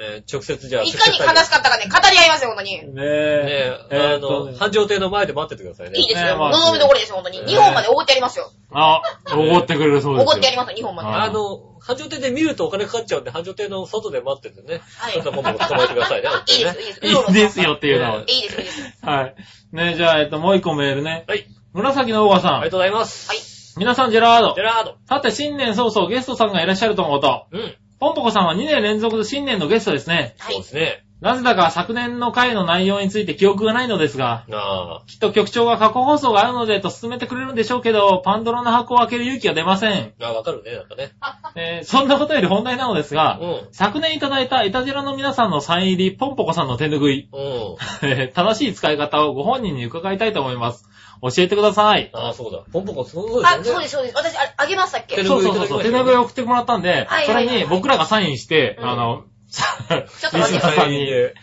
え、直接じゃあ、
いかに悲しかったかね、語り合いますよ、本当に。
ね
ね
え
え。、
え
あ
ーと
の、
ね
繁盛亭の前で待っててくださいね。
いいです
ね
よ。
まあ
望みどころですよ、本当に。
ね
日本までおごってやりますよ。
あ、怒ってくれるそうですよ。
おごってやりますよ、日本まで。
あ
あの、繁盛亭で見るとお金かかっちゃうんで、繁盛亭の外で待っててね。
はい
ちょっともっと捕まえてくださいね。本当
いい
に
で
ね
す、いいです。うろう
いい
ろ
ですよっていうのは。
いいです、いいです。
はい。ねえ、じゃあ、えっと、もう一個メールね。
はい。
紫のオーバさ
ありが
ん。
とうございます。
はい。
皆さん、ジェラード
ジェ。ラード。
さて、新年早々ゲストさんがいらっしゃると思うと、
うん。
ポンポコさんは2年連続で新年のゲストですね。
は
そう
い
で。すね。
なぜだか昨年の回の内容について記憶がないのですが、
ああ。
きっと局長が過去放送があるのでと勧めてくれるんでしょうけど、パンドラの箱を開ける勇気が出ません。
ああ、わかるね、なんかね。
えーそんなことより本題なのですが、
う
昨年いただいたイタジラの皆さんのサイン入り、ポンポコさんの手拭
ん。
い、
うん。
えー正しい使い方をご本人に伺いたいと思います。教えてください。
ああ、そうだ。ポンポコ、そうだよ
あ、
ね。
そうです、そうです。私、あれあげましたっけ
手
ち
拭
ょ
い
そうそうそうそう、
手
手
拭い
拭いを送ってもらったんで
は、い
そ
はいはい
れに僕らがサインして、
うん
あの、
っと
リ
待
スナー
ってくだ
さ
さ
ん
い。
にで、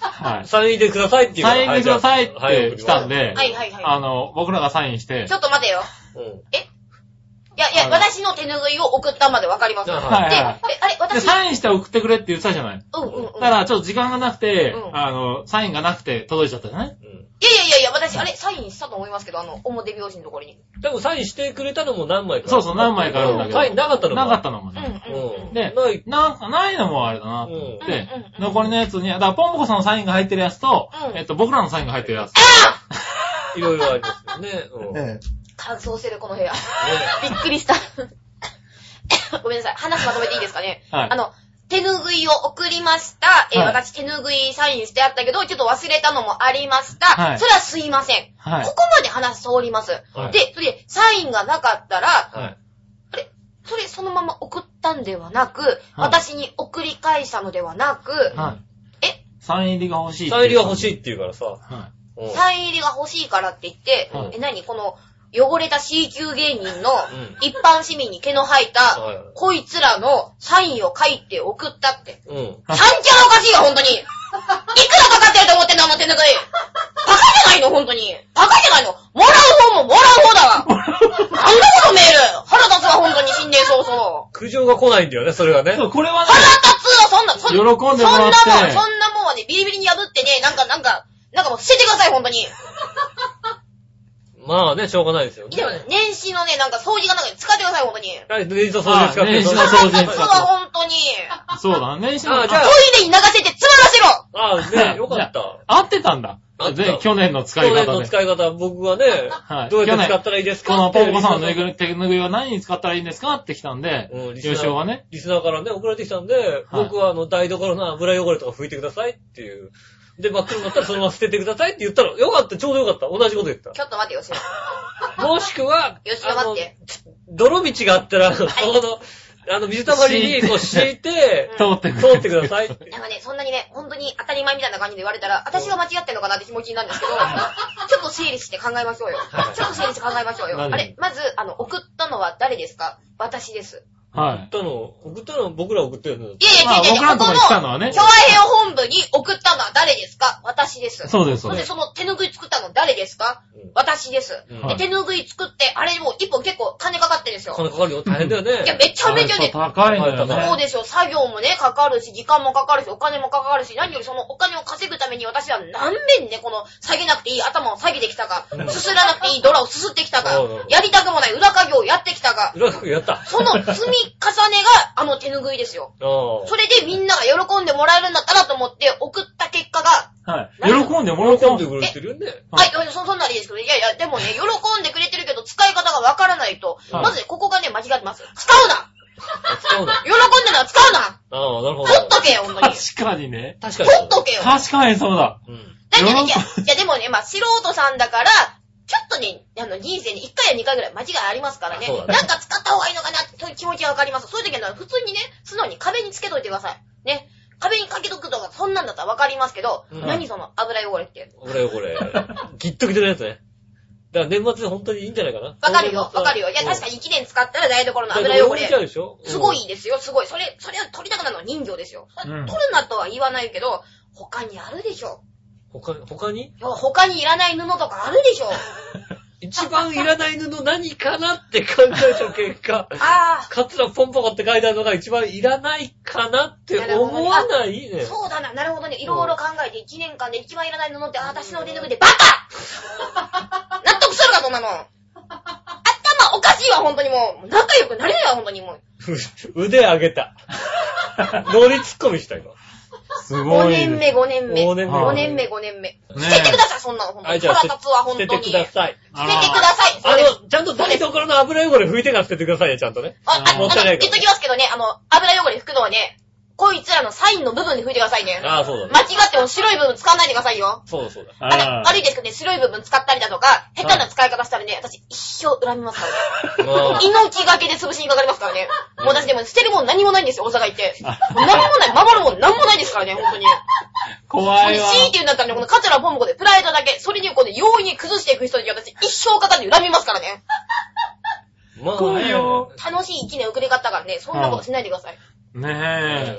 は
うん
い。
サイン入れくださいっていうのが
サイン入れくださいっ
はい
て来たんで、
はいはいはい。
あの、僕らがサインして
ち、ょっと待てよ。
うん。
いやいや、
はい
私の手拭いを送ったまでわかります。で、
は
え、
い
はい
あ
は
れ、
で、
私、うん
サインして送ってくれって言ってたじゃない。
うんうん。い
だか
や
ら、ちょっと時間がなくて
う、ん
あの、サインがなくて届いちゃったじゃない
うん
いやいやいや、私、あれ、サインしたと思いますけど、あの、表表紙のところに。
でもサインしてくれたのも何枚か。
そうそう何枚かあるんだけど
サインなかったの。
なかったたのも
うんう
ね。
んうん。
で
ない、
なんか、ないのもあれだなと思って
うんうんう、ん
残りのやつに、だから、ポンポコさんのサインが入ってるやつと
う、ん
えっと、僕らのサインが入ってるやつ。
いろいろありますよね。うん。ね
乾燥してる、この部屋。びっくりした。 ごめんなさい。話まとめていいですかね。
はい
あの、手ぬぐいを送りました。えー
はい
私手ぬぐいサインしてあったけど、ちょっと忘れたのもありました。
はい
それはすいません。
はい
ここまで話通ります。
はい
で、それで、サインがなかったら、
はい。
それそのまま送ったんではなく、私に送り返したのではなく、
はい。
え
サイン入りが欲しい。
サイン入りが欲し
い。
いって言うからさ。
は
うん。
サイン入りが欲しいからって言って、
うん
え、何この、汚れた C 級芸人の
ん
一般市民に毛の生えた、
はい
こいつらのサインを書いて送ったって。
うん。
三茶がおかしいよ、ほんとに。いくらかかってると思ってんの、あの手ぬぐい。バカじゃないの、ほんとに。バカじゃないの。もらう方ももらう方だわ。なんだこのメール。腹立つわ、ほんとに、新年早々。
苦情が来ないんだよね、それが
い。
ね
そ。う、これ はね、
腹立つわ、そんな、そ
喜んでもらって
そんなもん、そんなもんはね、ビリビリに破ってね、なんか、なんか、なんかもう捨ててください、ほんとに。
まあね、しょうがないですよね。
でもね、年始のね、なんか掃除がなんか使ってください、ほんとに。
はい、年始の掃除使って。
あ年始の
腹
掃除
立つわ、ほんとに。
そうだね。年始
あじゃあ
トイレに流せてつまらせろ
ああ、ね、よかっ
じゃ
た。
合ってたんだ
合っ。てた
で、去年の使い
去年
方
の
で。
使い方、僕はね
は、い
どうやって使ったらいいです
こ
か
の
って
ポンポコさんのぬいぐる手ぬぐいは何に使ったらいいんですかって来たんで
うん、リスナー
優勝はね。
リスナーからね、送られてきたんで、僕はあの、台所の油汚れとか拭いてくださいっていう。で、真っ黒になったらそのまま捨ててくださいって言ったら、よかった、ちょうどよかった。同じこと言った。
ちょっと待ってよ、しろ。
もしくは、
よしろ待って。
泥道があったら、そこの、あの、水たまりにこう敷いて、
通ってく
通ってくださいって。
なんかね、そんなにね、本当に当たり前みたいな感じで言われたら、私が間違ってんのかなって気持ちになる んですけど、ちょっと整理して考えましょうよ。ちょっと整理して考えましょうよ。
何
あれ、まず、あの、送ったのは誰ですか私です。
は
送っ
い。
たの、送ったの僕ら送ってるの。
いやいや、違う違う違う。
まあ僕らのとこに来たのはね
この、共和平和本部に送ったのは誰ですか私です。
そうです、そ
そうし
で
て
す。
その手拭い作ったの誰ですか
うん
私です。
うん
はい
で、手拭い作って、あれもう一本結構金かかってるんですよ。
金かかるよ。大変だよ
いや、
ね。
めっちゃめちゃね、
高いのよ
そう
ね。
でしょ。作業もね、かかるし、時間もかかるし、お金もかかるし、何よりそのお金を稼ぐために私は何面でこの、下げなくていい頭を下げてきたか
う、ん
すすらなくていいドラをすすってきたか
そうそう、
やりたくもない裏稼業をやってきたか、
裏書くやった。
その積み重ねがあの手拭いですよ。
あ
それでみんなが喜んでもらえるんだったらと思って送った結果が、
はい。
なん
喜んでもら
あ。
って
喜ん
ま。
ですくれてるよね。
は
はいい、そ、そんならいいですけど、いやいや、でもね、喜んでくれてるけど、使い方がわからないと、
はい
まずねここがね、間違ってます。使うな
あ使うな。
喜んだなら使うな
ああ、なるほど。
取っとけよ、ほんとに。
確かにね。
確かに。
取っとけよ。だ
確かにそうだ。
うん。
ってね、いや、い
喜
や、でもね、まあ、素人さんだから、ちょっとね、あの、人生に1回や2回ぐらい間違いありますからね。
そうだね
なんか使った方がいいのかなって、そういう気持ちがわかります。そういう時は、普通にね、素直に壁につけといてください。ね。壁にかけとくとか、そんなんだったらわかりますけど、
うん
何その油汚れって。
これよ、これ。ギットギトのやつね。だから年末で本当にいいんじゃないかな。
わかるよ、わかるよ。いや、確かに1年使ったら台所の油汚れ
ちゃ。うでしょ
すごい。ですよ、すごい。それ、それを取りたくなるのは人形ですよ。
う
取
ん
る。なとは言わないけど、他にあるでしょ。
他、他に
いや他にいらない布とかある でしょ。
一番いらない布何かなって考えた結果、
あ
カツラポンポコって書いてあるのが一番いらないかなって思わない
あ、
ね。
そうだな、なるほどね。いろいろ考えて1年間で一番いらない布って、あ私の手拭いでバカ 納得するか、そんなの。頭おかしいわ、本当にもう。仲良くなれないわ、本当にもう。
腕上げ た。ノリツッコミした今。
すご
5
い。
年目、5年目。
5
5
年
年
目
目、5年目。捨ててください、そんなの、ほんと
は
に。
い、じゃあ
腹立つわ、
捨
本
てて
当に。
く
捨ててく
だ
だ
さい。
さい。
あ
そうです
の、ちゃんと台所の油汚れ拭いてから捨ててくださいね、ちゃんとね。
あ、あ、
も
の
ったいないから
言っときますけどね、あの、油汚れ拭くのはね、こいつらのサインの部分で拭いてくださいね。
ああ、そうだ
間
ね。
違っても白い部分使わないでくださいよ。
そうだそうだ。
あ
あ
ら
の、悪いですけどね、白い部分使ったりだとか、下手な使い方したらね、私一生恨みますから
あ
ね。命がけで潰しにかかりますからね。もう私でも捨てるもん何もないんですよ、大阪行って。もう何もない、守るもん何もないですからね、本当に。
怖いわ。
強いて言うんだったらね、このカツラポンコでプライドだけ、それにこうね、容易に崩していく人に私一生かかって恨みますからね。
ま
来いよ
楽しい一年遅れ方からね、そんなことしないでください。
ね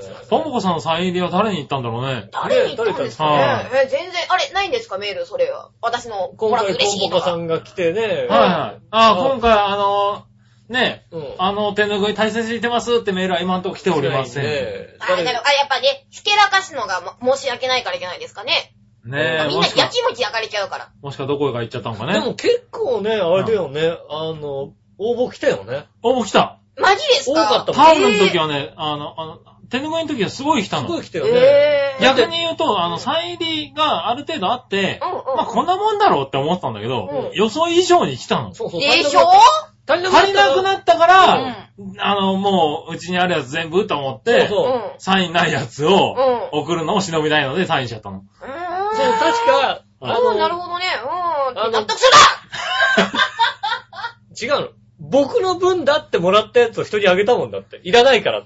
え。ポンポコさんのサイン入りは誰に行ったんだろうね。
誰に言ったんですか
ね
ねえ、全然、あれ、ないんですかメール、それは。私の、も
今
らって
回
嬉し
コ
い
ンボ
と
カさ
か。
んが来てね。
はいはい。あ、今回あの、ねえ、
うん。
あの、手拭い大切にしてますってメールは今んとこ来ておりません。ね
ね
あれ、なるあれ、やっぱね、ひけらかすのがも申し訳ないからいけないですかね。
え
え、
みん
も
な
しか
や、きもき焼かれちゃうから。
もしかどこへか行っちゃったのか
で
ね。
も結構ね、あれだよね、あの、応募来たよね。
お、来た。
マジです
多
か
かった
タ
もん
オルの時はね、あの、あの、手拭いの時はすごい来た
す
の。
ごい来たよね。
えー。
逆に言うと、あの、サイン入りがある程度あって、
うんうん
まあこんなもんだろうって思ったんだけど、
うん
予想以上に来たの。
そうそう。
で
足りな
し
か
ょ
った足りなかった
足りなくなったから、あの、もう、うちにあるやつ全部と思っ
そう
て、
うそ
ん。
う。
う
そ
ん
う。
サインないやつを
う
送るのを忍びないのでサインしちゃったの。
確
確。
か、あ
うん、なる
の、
ほどね。うん。
あの
納得するな
違うの。僕の分だってもらったやつを人にあげたもんだって。いらないから。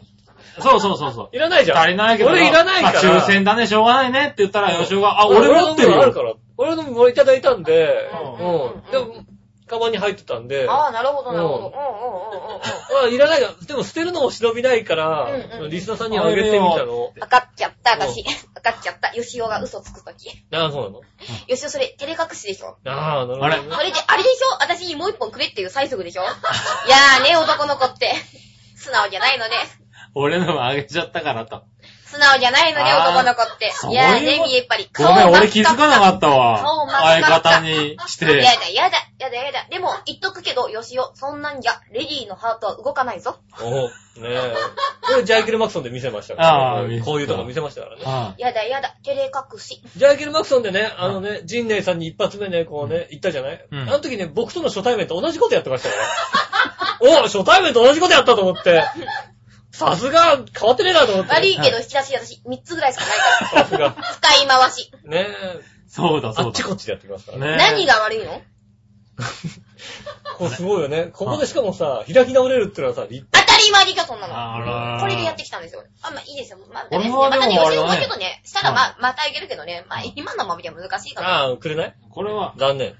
そうそうそうそう。
いらないじゃん。
足りないけど。
俺いらないから。
まあ抽選だね、しょうがないねって言ったら、吉尾が、あ、俺持ってる
俺の分ある
よ。
から。俺の分もいただいたんで、
う
うんん。でも、カバンに入ってたんで、
あ
あ
あ、なるほど、なるほど。
うん
うんうんうんうんうん。
いらないから。でも捨てるのも忍びないから
うんう、ん
リスナーさんにあげてみたの。
分かっちゃった、私。分かっちゃった。吉尾が嘘つくとき。
ああ、そうなの
吉尾それ、照れ隠しでしょ
ああ、なるほどね。
それで、あれでしょ私にもう一本くれっていう催促でしょいやーね、男の子って。素直じゃないのね。
俺のもあげちゃったからと。
素直じゃないのね、
あー
男の子って
そ。う
い
いう
やー
こと
ね、みえっぱり。
ごめん、
真っ赤
俺気づかなかった
顔
わ。
真っ
相
赤っ
方
か
にして。
やだ、やだ、やだ、やだ。でも、言っとくけど、よしお、そんなんじゃ、レディーのハートは動かないぞ。
おねえ。これジャイケル・マクソンで見せましたから。
ああ見せた
こういうとこ見せましたからね。
は
やだ、やだ、照れ隠し。
ジャイケル・マクソンでね、あのね、陣内さんに一発目ね、こうね、言ったじゃない、
うん
あの時ね、僕との初対面と同じことやってましたから。お初対面と同じことやったと思って。さすが、変わってねえなと思って。
悪いけど、引き出し私、3つぐらいしかないか
さすが。
ら。使い回し。
ねえ。
いそうだ、
あ
そう
っち
だ。
こっちでやってきますからね。
ねえ
何が悪いの
これすごいよね。ここでしかもさ、開き直れるってのはさ、立
当たり前でしょ、そんなの。
あら
これでやってきたんですよ。あ、まあいいですよ。まあ、
これ
ね、
は
ま
でも
たね、
あれ
吉
だ
野
ね
もちょっとね、したらまあ、またいけるけどね、まあ今のままでは難しいかな。
ああ、くれない
これは、
残念。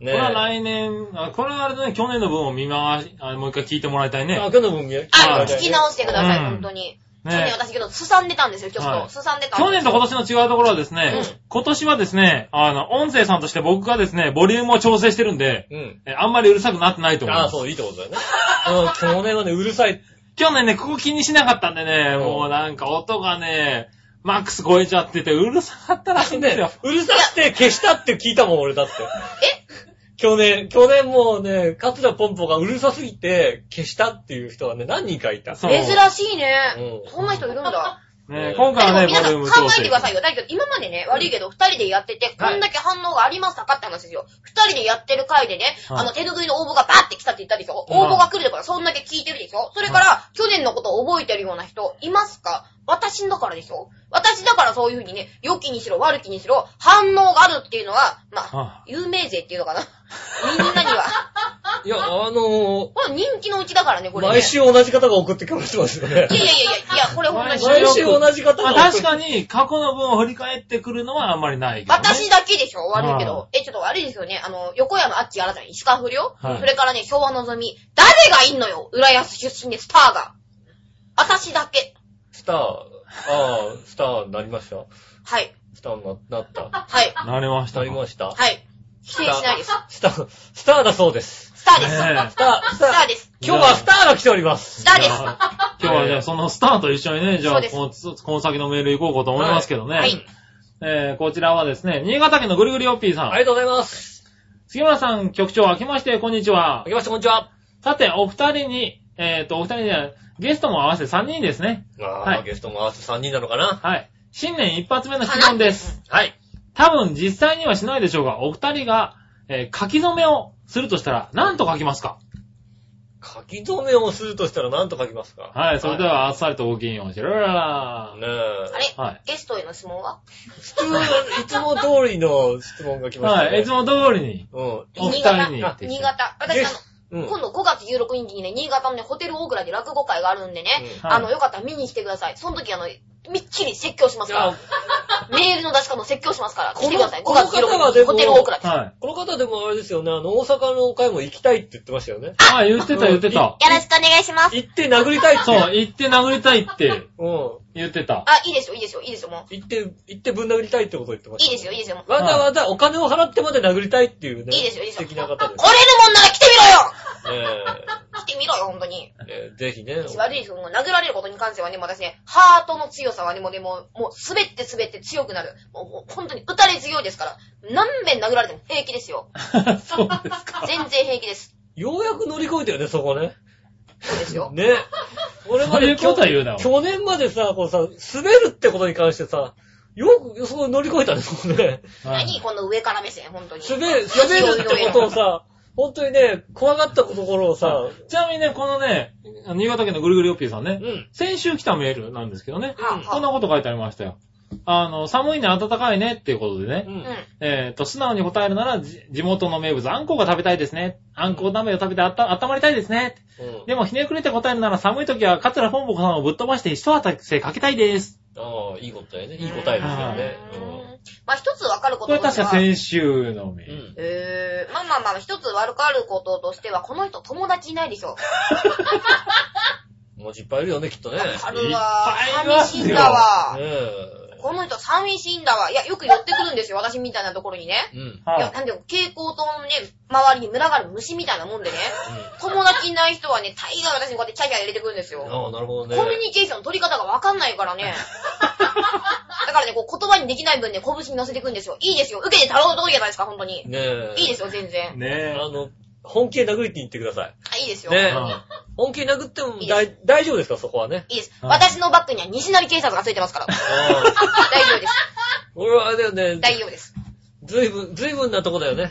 ね
これは来年、あこれはあれだね、去年の分を見回し、あもう一回聞いてもらいたいね。
あ、今日の分野
あ
は
の、
い
聞き直してください、
うん
本当に。去
ね
年私けど、すさんでたんですよ、ちょっ
は
と。
い
すさんでた。
去年と今年の違うところはですね、
うん
今年はですね、あの、音声さんとして僕がですね、ボリュームを調整してるんで、
うん。
えあんまりうるさくなってないと思い
あ
ま
あ、
す。
そう、いいってことだよね。うん、去年はね、うるさい。
去年ね、ここ気にしなかったんでね、
うん
もうなんか音がね、マックス超えちゃってて、うるさかったらしいんです
ね
よ。、
うるさくて消したって聞いたもん、俺だって。去年、去年もうね、桂ポンポがうるさすぎて消したっていう人がね、何人かいた。
そう
珍しいね
う。ん
そんな人いるんだ。
ね、今回はね、
で
ボ
も皆さ
リュー
ん
ム
考
調
えて
整
く。ださいよ。だけど今までね、悪いけど二人でやってて、こんだけ反応がありましたかって話ですよ。二人でやってる回でね、
はい
あの手拭いの応募がバーって来たって言ったでしょ。
うん
応募が来るからそんだけ聞いてるでしょ。それから、去年のことを覚えてるような人、いますか私だからでしょ。私だからそういうふうにね、良きにしろ悪きにしろ、反応があるっていうのは、ま
は
あ、有名税っていうのかな。みんなに は。
いや、あの
これ人気のうちだからね、こ
ー、
れ、ね。
毎週同じ方が送ってきますよね
い。やいやいやいや、これほんとに。
毎週同じ方
まあ
が送
確
って
かに、過去の分を振り返ってくるのはあんまりないけど、ね。
私だけでしょ悪いけ
は
ど。え、ちょっと悪いですよね。あの、横山あっち新たに石川不良、
はい
それからね、昭和のぞみ。誰がいんのよ浦安出身でスターが。私だけ。
スター、ああ、スターになりました。
はい。
スターにななった。
はい。
なりました
な
か。
りました。
はい。否定しないです。
スター、スターだそうです。
スターです。
ね
スター、ス
ス
タ
タ
ー
ーです。
今日はスターが来ております。
スターで
い
す。
や
は
今日はじゃあそのスターと一緒にね、じゃ
そ
あ
うです
このつこの先のメール行こうかと思いますけどね。
い。
えー、こちらはですね、新潟県のぐりぐりおっぴーさん。
ありがとうございます。
杉村さん、局長、明けまして、こんにちは
あ。けまして、こんにちは。
さて、お二人に、えー、と、お二人には、ゲストも合わせて3人ですね。
ああ、
はい
ゲストも合わせ3人なのかな。
はい。新年一発目の質問です。
はい。
多分、実際にはしないでしょうが、お二人が、えー書き初めをするとしたら、何と書きますか
書き留めをするとしたら何と書きますか
はい、それで
は
は、あっさりとごきげんよう、しららら
い。ね
あれ、
はい
ゲストへの質問は
え。普通はいつも通りの質問が来ましたね。
はい、いつも通りに、
も。
お二
新潟
人に。
あ
新潟。私、
ゲ
あ
スうん。う
の、
ん。
今度5月16日にね、新潟のね、ホテル大倉で落語会があるんでね、
うん
あの、よかったら見に来てください。その時あの、みっちり説教します
じ
か
ゃ
ら
あ。、
メールの出し方も説教しますから、
この
来てください。
こ
5
の
月
方は
16
で
日、
も
ホテル大倉です。よ
はい。
この方でもあれですよね、あの、大阪の会も行きたいって言ってましたよね。
あ、言って た、言ってた。
ろしくお願いしま。
行って殴りたいって。
そう、行って殴りたいって
うん。
言ってた。
あ、いいですよ、いいですよ、いいですよ、も
行って、行ってぶん殴りたいってことを言ってま
う。
し
いい
た。
ですよ、いいですよ、もう。
わざわざお金を払ってまで殴りたいっていうね。
いいですよ、いいですよ。
素敵
来れ
な
る
方です。
もんなら来てみろよ
ね
来てみろよ、ほんとに。
えねえ。ぜひね。
私悪いですよ、もう殴られることに関してはね、もう私ね、ハートの強さはね、もうね、もう、もう滑って滑って強くなる。もう、もう本当に打たれ強いですから、何遍殴られても平気ですよ。
そうですか。
全然平気です。
ようやく乗り越えたよね、そこね。
そうですよ。
ね。俺まで
そういうことは言うな
去去年までさ、こうさ、滑るってことに関してさ、よく、そこ乗り越えたね、そこね。
はい
何この上から目線、ほんとに。
滑る、滑るってことをさ、本当にね、怖がったところをさ、
ちなみにね、このね、新潟県のぐるぐるよっぴーさん
う
ね、
ん。
先週来たメールなんですけどね、
はあ
こんな
は
こと書いてありましたよ。あの、寒いね、暖かいねっていうことで
う
ね、
あうん
ん。。
えっ、と、素直に答えるなら、じ地元の名物、あんこうが食べたいですね。あんこう鍋を食べてあった、温まりたいですね。
うん。
でも、ひねくれて答えるなら、寒い時は、桂本坊さんをぶっ飛ばして一汗かけたいです。
ああ、いいことだよね。いい答えですよね。
うんまあ一つわかるこ
ことれ
と
確
して
か
は、
先週のメー
う
ル。
ん。
えー、まあまあまあ、一つ悪くあることとしては、この人友達いないでしょ。
文字いっぱいいるよね、きっとね。ね
あるわ
いっぱいい。ます
寂し
よ
いんだわ。
え。
この人寂しいんだわ。いや、よく寄ってくるんですよ、私みたいなところにね。
うん。うん。
い
は
や、
い。
なんでも、蛍光灯のね、周りに群がる虫みたいなもんでね、友達いない人はね、大概私にこうやってキャキャ入れてくるんですよ。
ああ、なるほどね。
コミュニケーションの取り方がわかんないか らね。だからね、こう言葉にできない分ね、拳に乗せていくんですよ。いいですよ。受けてたろうとじゃないですか、本当に。
ねえ。
いいですよ、全然。
ね
あの、本気で殴りって言ってください。
あいいですよ。
ね
え。
え。本気で殴っても
いい
大大丈夫ですか、そこはね。
いいです。
うん
私のバッグには西成警察がついてますから。
うん
大丈夫です。
俺はあれだよね、
大丈夫です。
ずいぶん、ずいぶんなとこだよね。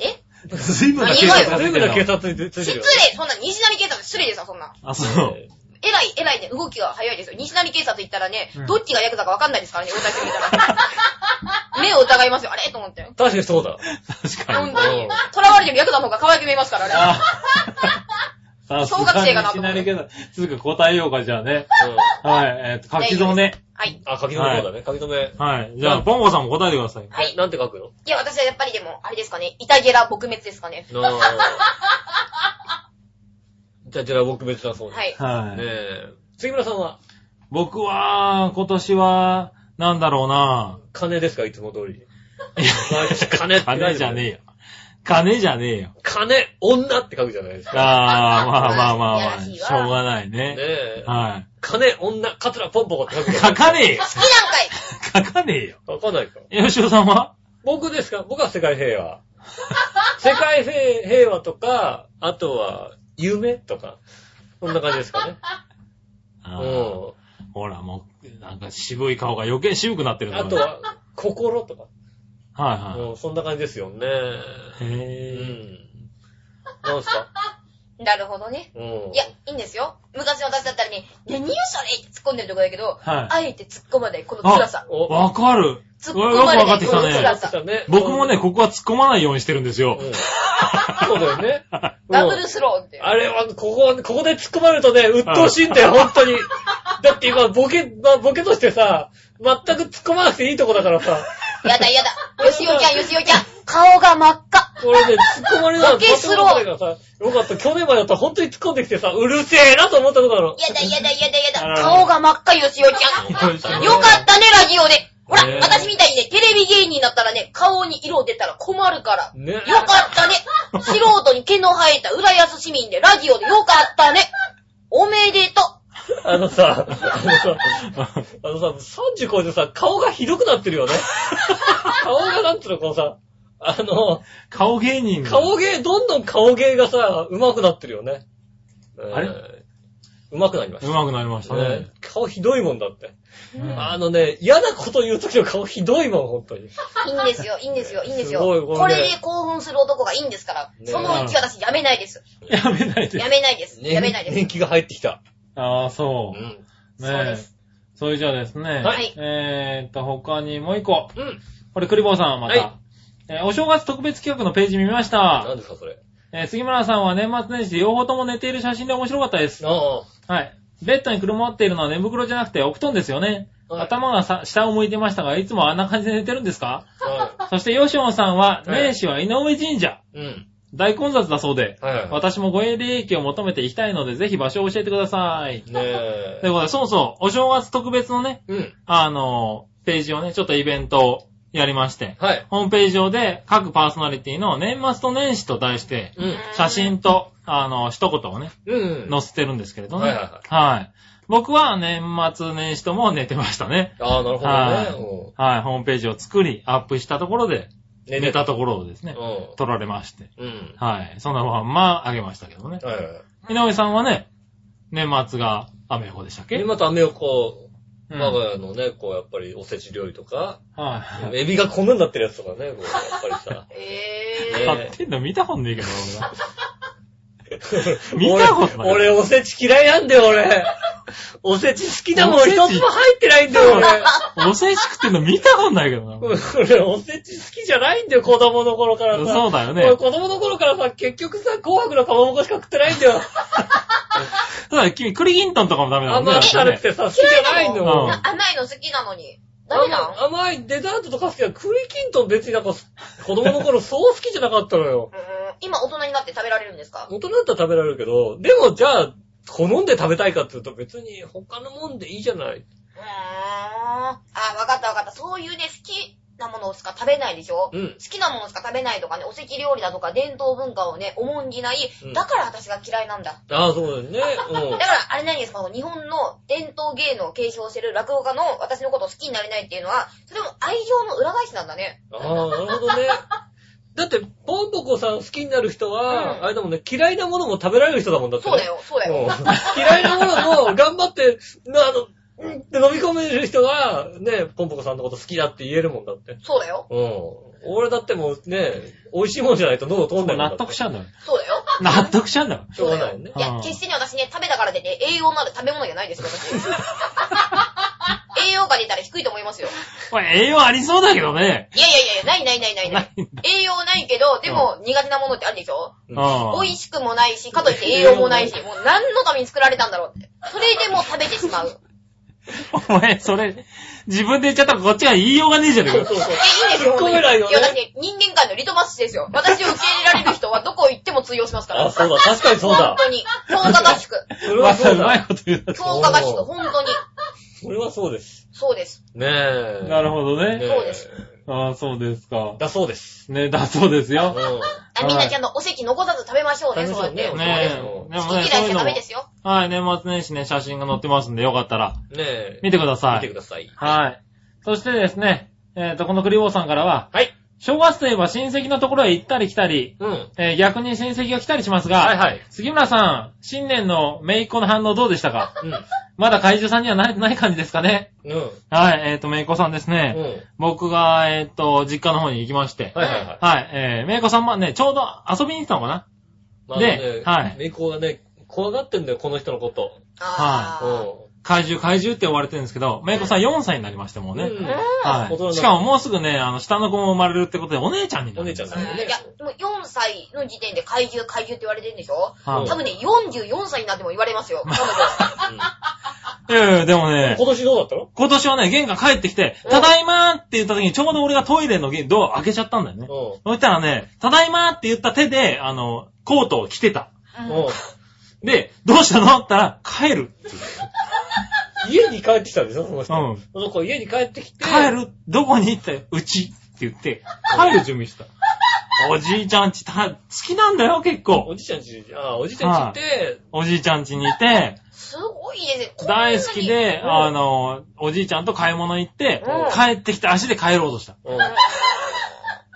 え
ずいぶん
何
な警
がよ
察
ずいぶん
が
な
ついて
警
るな
察につい
失
てる
礼
よ。
そんな、西成警察失礼ですわ、そんな。
あ、そう。
えらい、えらいね、動きが早いですよ。西成警察行ったらね、
うん
どっちがヤクザかわかんないですからね、私見たら。目を疑いますよ、あれと思って。
確かにそうだ。
確か
本
に。
当
う
に
ん。
囚われてるヤクザの方が可愛く見えますから、あれ。
あ さあ、
小学生かな
す
と
が
思
に
う
いきなりけど、すぐ答えようか、じゃあね。はい、えっと、書き留め。
はい。
あ、書き留めそうだね。書き留め。
はい。じゃあ、ポンゴさんも答えてください。
はい
えなんて書くの
いや、私はやっぱりでも、あれですかね、イタゲラ撲滅ですかね。
なぁ。 じゃあ、じゃあ僕別だそうです。
は
ね
はい。
い。
え。杉村さんは、
僕は、今年は、なんだろうな
金ですかいつも通り。毎日金って
金じゃねえよ。金じゃねえよ。
金、女って書くじゃないですか。
あー、まあまあまあ
いや
まあ、
ら
し
しいわ
ょうがない
ね
ね。
え。
は
金、女、カツラ、ポンポコって書く
い。
じゃな
書
い
かねえよ
好きなんかい
書かねえよ。
書かないか。
吉尾さんは
僕ですか僕は世界平和。世界平平和とか、あとは、夢とか、こんな感じです かね。う
あー
ん。
ほら、もう、なんか渋い顔が余計渋くなってる
あと
は
は、心とか。
はいは
うん、そんな感じですよね。
い。
う
へぇ
ん。なんすか
なるほどね。
うん。
いや、いいんですよ。昔の私だったらね、何よそれって突っ込んでるとこだけど、
はい
あえて突っ込まない、この辛さ。
お、
わかる。
突っ
わ
込
よく
まれ
わ
な
か
い
ってきた
この辛
ね。
さ。
ね
僕もね、、ここは突っ込まないようにしてるんですよ
う。んそうだよ ね。
ダブルスローって。
あれは、ここ、ここで突っ込まれるとね、鬱陶しいんだよ、本当に。だって今、ボケ、まあボケとしてさ、全く突っ込まなくていいとこだからさ、
やだや だ。よしおちゃん、よしおちゃん。顔が真っ赤。
俺ね、突っ込まれなかった
ボケスロー
がさ、よかった、去年までだったら本当に突っ込んできてさ、うるせえなと思ったとこだろ。
やだやだやだ
あ
や
ら
だ。顔が真っ赤、よしおちゃ ん。よかったね、ラジオで。ほら、
ね
私みたいにね、テレビ芸人になったらね、顔に色出たら困るから。
ね
よかったね。素人に毛の生えた浦安市民でラジオでよかったね。おめでとう。
あのさ、あのさ、あのさ、30超えてさ、顔がひどくなってるよね。顔がなんつうの、このさ、あの、
顔芸人が。
顔芸、どんどん顔芸がさ、上手くなってるよね。
あれ
えー上手くなりました。
上手くなりました
ね
ね。
顔ひどいもんだって。
うん
あのね、嫌なこと言うときの顔ひどいもん、本当に。
いいんですよ、いいんですよ、いいんですよ。
すごいこれね
これで興奮する男がいいんですから。
ね
そのうち私やめな いです。
やめないで
や。めないです。やめないです。
年季が入ってきた。
ああ、そうう。ね
ん。
そうで
え
す。
それじゃあですね。
はい
えーっと、他にもう一個。
うん。
これ、クリボーさんはま
はい
た。えーお正月特別企画のページ見ました
何。ですか、それ。
えー杉村さんは年末年始で両方とも寝ている写真で面白かったです。
あ
はい。ベッドにくるまっているのは寝袋じゃなくて、お布団ですよね。
はい
頭がさ下を向いてましたが、いつもあんな感じで寝てるんですか
あ。は
そして、ヨシオンさんは、
はい
年始は井上神社。
い。うん。
大混雑だそうで、
はいはいは
私もご縁利益を求めて行きたいので、ぜひ場所を教えてください。
い。ね
とい
え
う。ことで、そうそう、お正月特別のね、
うん。
あの、ページをね、ちょっとイベントをやりまして、
はい。
ホームページ上で各パーソナリティの年末と年始と題して、
うん。
写真と、あの、一言をね、
うん。
載せてるんですけれどね。
はいは
はい僕は年末年始とも寝てましたね。
ああ、なる
はい
ほ
はい、ホームページを作り、アップしたところで、
どね。
寝たところをですね、
こ
取られまして。
うん。うん。
はい、そのまんまあげましたけどね。
はいはいはい。
井上さんはね、年末が雨予報でしたっけ
今と飴をこう、
うん
我が家のね、こう、やっぱりおせち料理とか、
はい。
エビがこんなになってるやつとかね、こう、やっぱりさ。
え
ね
ー。
買ってんの見たことねえけど、俺は見たことない。
俺、俺、おせち嫌いなんだよ、俺。おせち好きだもん、一つも入ってないん だよ、
おせち食ってんの見たことないけ どな。
俺。俺、おせち好きじゃないんだよ、子供の頃からさ。
そうだよ
俺、
ね。
子供の頃からさ、結局さ、紅白のかまぼこしか食ってないんだよ。
ただ、君、栗きんとんとかもダメだもんね。
甘った
だっ
る
て
く
ね
てさ、好きじゃないんだ
うん
もん。
な甘いの好きなのに。ダメなの
甘甘いデザートとか好きだ。栗きんとん別になんか、子供の頃そう好きじゃなかったのよ。
うーん今大人になって食べられるんですか
大人だったら食べられるけど、でもじゃあ、好んで食べたいかっていうと別に他のもんでいいじゃない。
うーん。あ、わかったわかった。そういうね、好きなものしか食べないでしょ
うん
好きなものしか食べないとかね、おせち料理だとか伝統文化をね、重んじない
うん。
だから私が嫌いなんだ。
ああ、そうだよね。うん
だか。ら、あれ何ですか日本の伝統芸能を継承してる落語家の私のことを好きになれないっていうのは、それも愛情の裏返しなんだね。
ああ、なるほどね。だって、ポンポコさん好きになる人は、
うん
あれだもんね、嫌いなものも食べられる人だもんだって、ね。
そうだよ、そうだよ。
うん。嫌いなものも頑張って、なあの、うんって飲み込める人が、ね、ポンポコさんのこと好きだって言えるもんだって。
そうだよ、
うん。俺だってもうね、美味しいもんじゃないと喉通んないもんだって
納得しちゃうんだよ。
そうだよ。
納得しちゃうんだよ。
しょうがないよね。
い や、決してね、私ね、食べたからでね、栄養のある食べ物じゃないですよ、私。栄養価で言ったら低いと思いますよ。
まあ栄養ありそうだけどね。
いやいやいや、ないないないないない。栄養ないけど、でも苦手なものってあるでしょ
う
う。
んん
美味しくもないし、かといって栄養もないし、もう何のために作られたんだろうって。それでもう食べてしまう。
お前、それ、自分で言っちゃったらこっちは言いようがねえじゃねえか。
え、いいんですよ、
突っ込めないよね
いや、だって人間界のリトマスですよ。私を受け入れられる人はどこ行っても通用しますから。
あ、そうだ、確かにそうだ
本。当に。強化合宿。
それ
ま
は
た
そう
うまい
だ。
こと言うな。
強化合宿、本当に。
それはそうです。
そうです。
ねえ。
なるほどね。
ねえ
そうです。
ああ、そうですか。
だそうです。
ね、だそうです
うん
よ。。
あみんなちゃんとお席残さず食べましょうね、
食べ
そう
ま
や
しょ
っ
う
て。
ね
そう
そうで
ねえでもね、
です。好き嫌いしちゃダメで
よ。
すよ。
はい、年末年始ね、写真が載ってますんで、よかったら、
ねえ。
見てくださ
見て
い
く。ださい。
はい。そしてですね、えっ、と、このクリボーさんからは、
はい。
正月といえば親戚のところへ行ったり来たり、
うん。
えー逆に親戚が来たりしますが、
はいはい。
杉村さん、新年の姪っ子の反応どうでしたか
うん。
まだ怪獣さんには慣れ てない感じですかね
うん。
はい、えっ、と、姪っ子さんですね。
うん。
僕が、えっ、と、実家の方に行きまして、
はいはいはい。
はい、えー、姪っ子さんもね、ちょうど遊びに行ってたのかな
まあね
ではい
メイコがね、怖がってんだよ、この人のこと。
あ
怪獣、怪獣って呼ばれてるんですけど、メイコさん4歳になりまして、も
う
う
ん。
ね。
うん
あ。
は
大人
い。
の
しかももうすぐね、あの、下の子も生まれるってことで、お姉ちゃんになる。
お姉ちゃんだ
うん
ね。
いや、でも4歳の時点で怪獣、怪獣って言われてるんでしょ
はい
多分ね、44歳になっても言われますよ。彼女
いやいや、でも
うん
ね、
今年どうだったの
今年はね、玄関帰ってきて、ただいまーって言った時に、ちょうど俺がトイレのゲドア開けちゃったんだよね。
う
そしたらね、ただいまーって言った手で、あの、コートを着てた。
ん。
うん
うん。
で、どうしたのって言ったら、帰る。
家に帰ってきたんでしょ、その人。
うん
その子家に帰ってきて。
帰るどこに行ったようちって言っ て、帰る準備した。おじいちゃんち、た、好きなんだよ、結構。
おじいちゃんち、あおじいちゃんち行って、
おじいちゃんちにいて、
すごいですね。こんなに
大好きで、
うん
あの、おじいちゃんと買い物行って
うん、
帰ってきて足で帰ろうとした。
うん
うん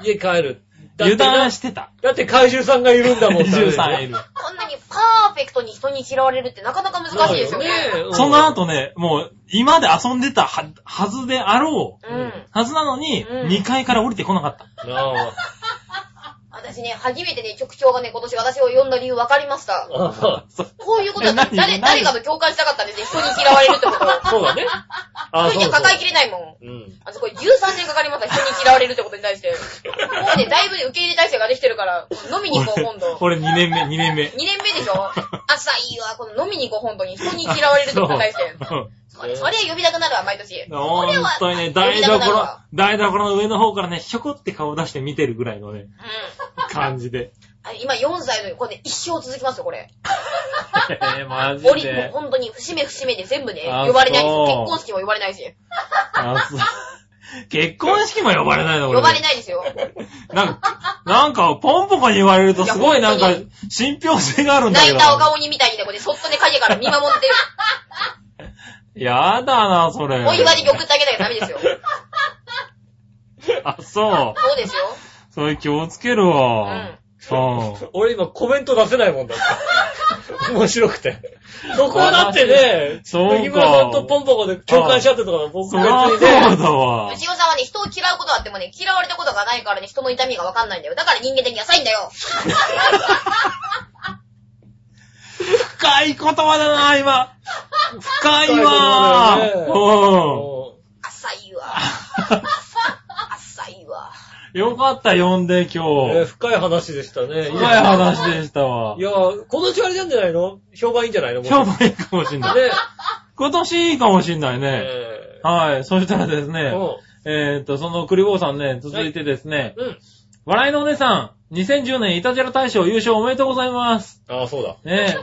家帰る。だって
油
な
断してた。
だって怪獣さんがいるんだ もん、
13いる。
こんなにパーフェクトに人に嫌われるってなかなか難しいですよね。
うん
その後ね、もう、今で遊んでたははずであろう。
う
うんん。
はずなのに、
うん
2階から降りてこなかった。
あ
私ね、初めてね、局長がね、今年私を呼んだ理由分かりました。
あ。
そう
こういうことはね
え何
誰、誰かと共感したかったんですね。人に嫌われるってこと を。
そうだね。 あ
一人じゃ抱えきれないもん。
うん。
あそこ13年かかりました、人に嫌われるってことに対して。もうね、だいぶ受け入れ体制ができてるから、飲みに行こう、今度。
俺2年目、2年 目。
2年目でしょ朝いいわ、この飲みに行こう、本当に。人に嫌われるってことに対して。
そう
それ、それ呼びたくなるわ、毎年。
うん本当にね、台所、台所の上の方からね、ひょこって顔出して見てるぐらいのね
うん、。
感じで。
あ今4歳の、これね、一生続きますよ、これ。
えー、マジ
折り、もう
で。
本当に、節目節目で全部ね、
あ
呼ばれないんですよ。
そう
結婚式も呼ばれないし。
あそう結婚式も呼ばれないの、これ。
呼ばれないですよ。
なんか、なんか、ポンポコに言われるとすごいなんか
いや本、
信憑性があるんだけ
泣い
ど。
たお顔にみたいにね、これねそっとね、影から見守ってる。
やだな、それ。
お祝いに送ってあげなきゃダメですよ。そ
あ、そう。
うですよ。
それ気をつける
うん。
わ。うん。
俺今コメント出せないもんだって。 面白くて。そこはだってね、
そうか
麦村さんとポンポコで共感し合ってたから、僕
そりゃ
は
そう
別にね。
だわ。
藤尾さんはね、人を嫌うことはあってもね、嫌われたことがないからね、人の痛みがわかんないんだよ。だから人間的に浅いん だよ。
深い言葉だな、今。深いわ
深い言
う
浅いわ。浅いわ。
ん。 よかった、呼んで、今
うんね
日。
深い話でしたね。
深い話でしたわ
い。や、このうちあれなんじゃないの評判いいんじゃないの
評判いいかもしんない。
ね。
今年いいかもしんないね。
え
はい。そしたらです
え
ね、
う
えーっと、その栗坊さんね、続いてですね、
んうん。
笑いのお姉さん、2010年イタジェラ大賞優勝おめでとうございます。
ああ、そうだ。
ね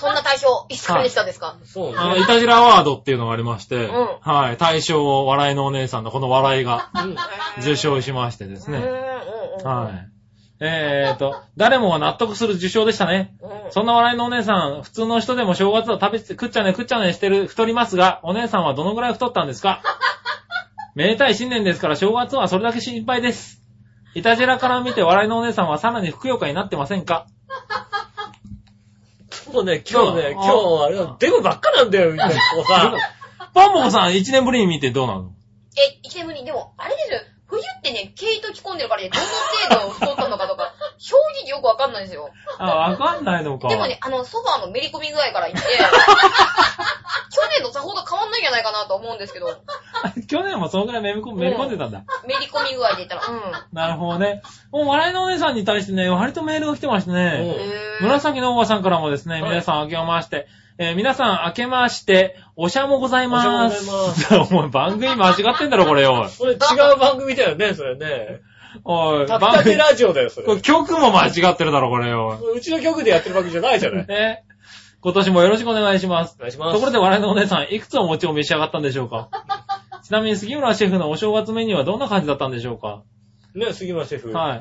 そんな対象、いつからできたんですか
そう
え。
ね
あの、イ。タジェラアワードっていうのがありまして、
ん
はい、大賞を笑いのお姉さんのこの笑いが
うん
受賞しましてです
うん、うん
ね。、
うん。
はい。えーと、誰もが納得する受賞でしたね。
うん。
そんな笑いのお姉さん、普通の人でも正月は食べて、食っちゃね食っちゃねしてる、太りますが、お姉さんはどのぐらい太ったんです かめでたい新年ですから正月はそれだけ心配です。イタジェラから見て笑いのお姉さんはさらにふくよかになってませんか
もうね、今日ね、今
あ
日あれだ、デブばっかなんだよ、みたいな。こうさ。
ポンポコさん、1年ぶりに見てどうなの
え、一年ぶりに、でも、あれですよ。冬ってね、毛糸着込んでるからね、どの程度太ったのかと か、正直よくわかんないんですよ。
あ、わかんないのか。
でもね、あの、ソファーのめり込み具合から言って、去年とさほど変わんないんじゃないかなと思うんですけど、
去年もそのぐらいめり込めり込んでたんだ。
めり込み具合で言ったら。うん。
なるほどね。もう笑いのお姉さんに対してね、割とメールが来てましてね。
うん
へー
紫のおばさんからもですね、
はい
皆さん明けまして、えー皆さん明けまして、おしゃもございます。
おしゃもご
お前番組間違ってんだろ、これ、おい。
これ違う番組だよね、それね。
おい、
たった
番
て
組、
ラジオだよ、そ
こ
れ
れ。曲も間違ってるだろ、これ、おい。
うちの局でやってるわけじゃないじゃない。
ね。今年もよろしくお願いします
お。願いします。
ところで笑いのお姉さん、いくつお餅を召し上がったんでしょうかちなみに杉村シェフのお正月メニューはどんな感じだったんでしょうか
ね、杉村シェフ。だ
はい。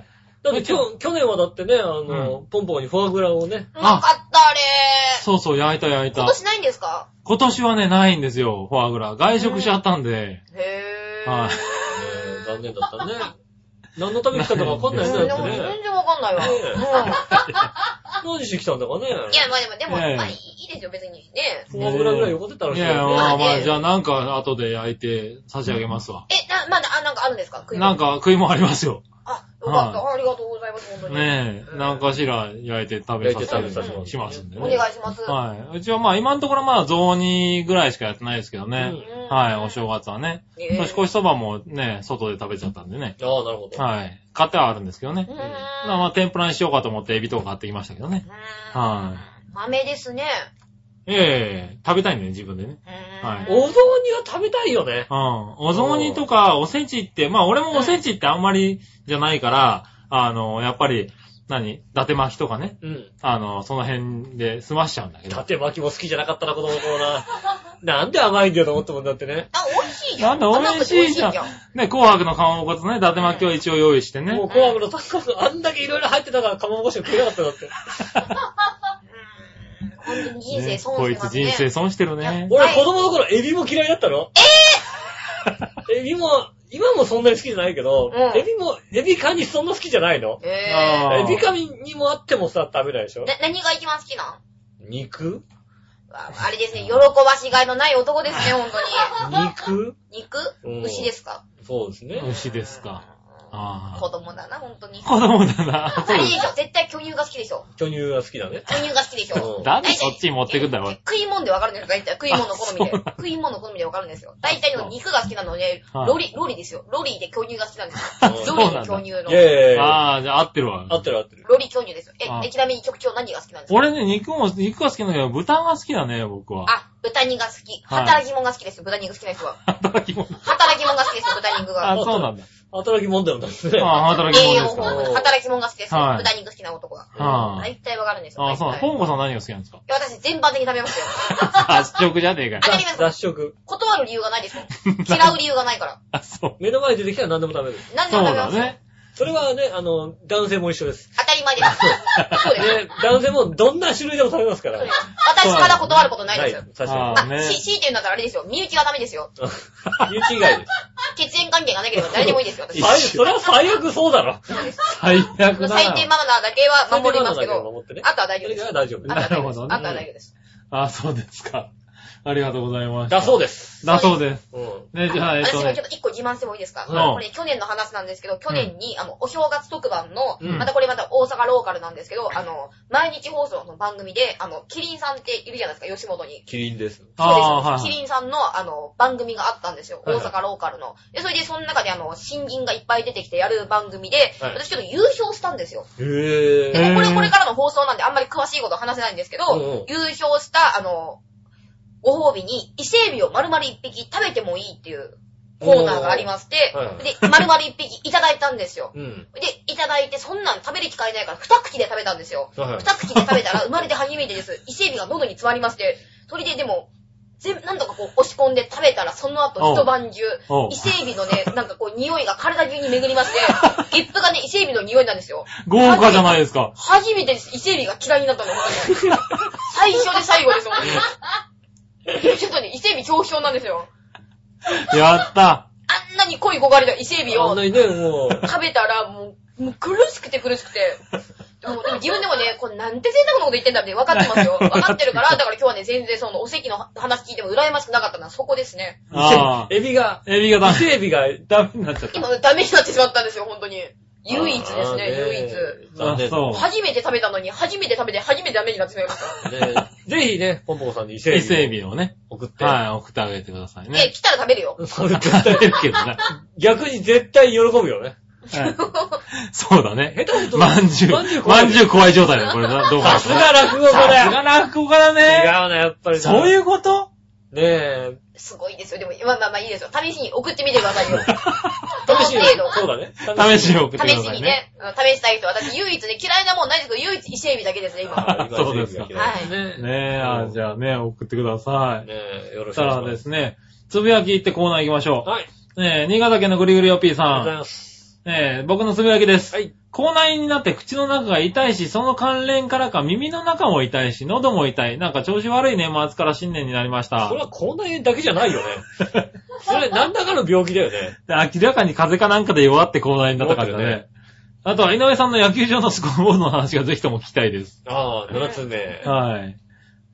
ってきょ去年はだってね、あの、ポンポンにフォアグラをね、
うまかった、あれー。
そうそう、焼いた焼い
今
た。
年ないんですか
今年はね、ないんですよ、フォアグラ。外食しちゃったんで。
へぇー。
はい
えー残念だったね。何のために来たのかわかんないね、
全
だってね。
然わかんないわ。
ね
うん
何してきたんだかね。
いや、まあでも、でも、
ねえ
まあいいですよ、別に。ね
フォアグラぐらいよこってたら
い
しい
や、
よね。
まあま
え
あ、
え
じゃあなんか後で焼いて差し上げますわ。
え。え、な、まだ、あ、なんかあるんですか食い物
なんか食いもんありますよ。
あ、よかった。ありがとうございます、本当に。
ねえ、なんかしら焼いて食べさせた
焼いて食べさせ
り
て
しますんで
お
ね。
願いします。
はい。うちはまあ今のところまだ雑煮ぐらいしかやってないですけどね。
うん
はい、お正月はね。
ねえ
年越しそばもね、外で食べちゃったんでね。
ああ、なるほど。
はい。買ってはあるんですけどね
う。ん
まあまあ天ぷらにしようかと思ってエビとか買ってきましたけどね。
うん
は
豆ですね。
い。ええ食べたいんだよね、自分でね。はい
お雑煮は食べたいよね。
うん。お雑煮とかおせちって、まあ俺もおせちってあんまりじゃないから、あの、やっぱり、何伊達巻きとかね。
うん。
あの、その辺で済ましちゃうんだけど。
縦巻きも好きじゃなかったな、子供の頃 な。なんで甘いんだよと思ったもんだってね。
あ、美味しいじ
な
ゃ
ん
ん。
だ、美味しいじゃん
甘くて美味。
ね、紅白のかまぼことね、伊達巻きを一応用意してね
もう。紅白のタッカあんだけいろいろ入ってたから、かまぼこしか食えなかったんだって。
うん本当に人生損
こ
し
い
てま
つ
すね。
人生損してるね。
俺、子供の頃、エビも嫌いだったのえ えエビも、今もそんなに好きじゃないけど、
うん
エビも、エビカニそんな好きじゃないの
え
あー
エビカニにもあってもさ、食べないでしょ
ー。な、何が一番好きなん
肉
ああれですね、喜ばしがいのない男です ね、本当に。
肉
肉
うん
牛ですか
そうですね。
牛ですか。あ
子供だな、本当に。
あ。子供だな。
あ
そう
れ
で
でし
す。
ょ、絶対巨乳が好きでしょ。
巨乳が好きだね。
巨乳が好きでし
う
ょ
ん。
なんでそっちに持ってくんだよ、おい
食い物でわかるんですよ、大体。食い物の好みで
あそうなん。だ
食い物の好みでわかるんですよ。大体の肉が好きなので
は、い
ロリ、ロリですよ。ロリで巨乳が好きなんです
あ
よ。
そう
ロ
な
リ
んだ
と巨乳の
い。やいやいや
ああ、じゃあ合ってるわ
合。ってる合ってる。
ロリ巨乳ですよ。え
あ、
えちなみに局長何が好きなんですか
俺ね、肉も、肉が好きなんだけど、豚が好きだね、僕は。
あ、豚肉が好き。
はい
働き者が好きですよ、豚肉好きな人は。
働き者。
働き者が好きですよ、豚肉が。
あ、そうなんだ。
働き者だよなんですね。
ああ、働き
栄
者
養
です
豊
か。
富な働き者が好きですよ、
はい
豚肉好きな男は。
あ
大体わかるんですよ。
あ、そう
大
だ。
体
ポンコさん何が好きなんですか
いや私全般的に食べ ますよ。
発色じゃねえかよ。
当たり前
脱脱色。
断る理由がない ですもん。嫌う理由がないから。
あ、そう。
目の前に出てきたら何でも食べる。
何で
そ
も
う
食べ
だ
ますよ。
ね。
それはね、あの、男性も一緒です。
当たり前です。そうです。
ね、男性もどんな種類でも食べますから。
私から断ることないですよ。
確
あ
か
あ、
ーね
し、強いて言うんだったらあれですよ。身内がダメですよ。
に。身内以外です。
血縁関係がなければ誰でもいいですよ、私。
最悪それは最悪そうだろ。
最悪だな。
最低マナーだけは守ります
最低マナーだけ
け
は
ど
守ってね、
あとは大丈夫で
そ
す。
れ
あ
が大丈夫
とは大
なる
丈
ほ
夫です。
ど
あ
ね
とは大丈夫です。
あ、そうですか。ありがとうございました。
だそう
で
です。
す。だそうです。
うん。
ね、じゃあ、えっ
私
と
もちょ
ね
っ。と一個自慢してもいいですか
うん
これ去年の話なんですけど、去年に、あの、お正月特番の、
うん
またこれまた大阪ローカルなんですけど、あの、毎日放送の番組で、あの、キリンさんっているじゃないですか、吉本に。
キリンです。
そうです、
ああー、はい
キ
はい。
リンさんの、あの、番組があったんですよ。
はい
大
はい
阪ローカルの。で、それで、その中で、あの、新人がいっぱい出てきてやる番組で、
はい
私ちょっと優勝したんですよ。
へ
で
ぇ
へー
も、これ、これからの放送なんで、あんまり詳しいことは話せないんですけど、
うんうん
優勝した、あの、ご褒美に、伊勢海老を丸々一匹食べてもいいっていうコーナーがありまして、
おーはいはい
で、丸々一匹いただいたんですよ。
ー。うん。
で、いただいて、そんなん食べる機会ないから、二口で食べたんですよ。
はいはい
二口で食べたら、生まれて初めてです。伊勢海老が喉に詰まりまして、それででも、全なんとかこう押し込んで食べたら、その後一晩中
おう、
伊勢海老のね、 なんかこう匂いが体中に巡りまして、ゲップがね、伊勢海老の匂いなんですよ。
豪華じゃないです か。
初めてです。伊勢海老が嫌いになったの、本当に。最初で最後です、本当に。ちょっとね、伊勢海老恐怖症なんですよ。
やった。
あんなに濃い焦がれた伊勢海老
あ
を
んなにね、もう、
食べたら、もう、もう苦しくて苦しくて。でもでも自分でもね、これなんて贅沢なこと言ってんだって分かってますよ。分かって るから、だから今日はね、全然そのお席の話聞いても羨ましくなかったのはそこですね。
ああ。
エビが、
エビがダ
伊
メ。
勢エビが、
ダメになっちゃった。
今、ダメになってしまったんですよ、本当に。唯一ですね、唯一。
残念。
あそう
初めて食べたのに、初めて食べて、初めてダメになってしまいました。
ねぜひね、ポンポコさんに伊勢
伊
海
勢エ
老
ビをね。
を送って。
はい、送ってあげてください
え、
ね。
来たら食べるよ。
そう絶
食
対
べるけどな。
逆に絶対喜ぶよね。
はいそうだね。
下手すると。
まんじゅう、
まんじゅう怖
ま
い
んじゅう怖い状態だよ、これな。どうか
さ
な。
すが落語家だ
さす
よ。
が落語家だ
違
ね。
うね、やっぱりな
そういうこと
ねえ。
すごいですよ。でも、まあまあまあいいですよ。試しに送ってみてくださ いよ。
試しに
どの、
そ
程
うだね。
試しに送ってく
度
だ
試し
さい
に
ね。
ね、うん試したい人、私唯一ね、嫌いなもんないですけど、唯一伊勢海老だけですね、今。
今
そうですか
はいねえ。
ねえ、あじゃあね、送ってください。
ねえ、よろ
そ
し
し
く
た
お願いし
ら
ます。
ですね、つぶやきってコーナー行きましょう。
はい。
ねえ、新潟県のぐりぐりおっぴー
ありがとうござい
さ
ます。
ん。ねえ、僕のつぶやきです。
はい。
口内になって口の中が痛いし、その関連からか耳の中も痛いし、喉も痛い。なんか調子悪い年末から新年になりまし
それ
た。
は口内炎だけじゃないよね。 それ、何らかの病気だよね。
で明らかに風邪かなんかで弱って口内になったから
弱ってる
ね。あとは井上さんの野球場のスコアボールの話がぜひとも聞きたいです。
ああ、7つ目。
はい。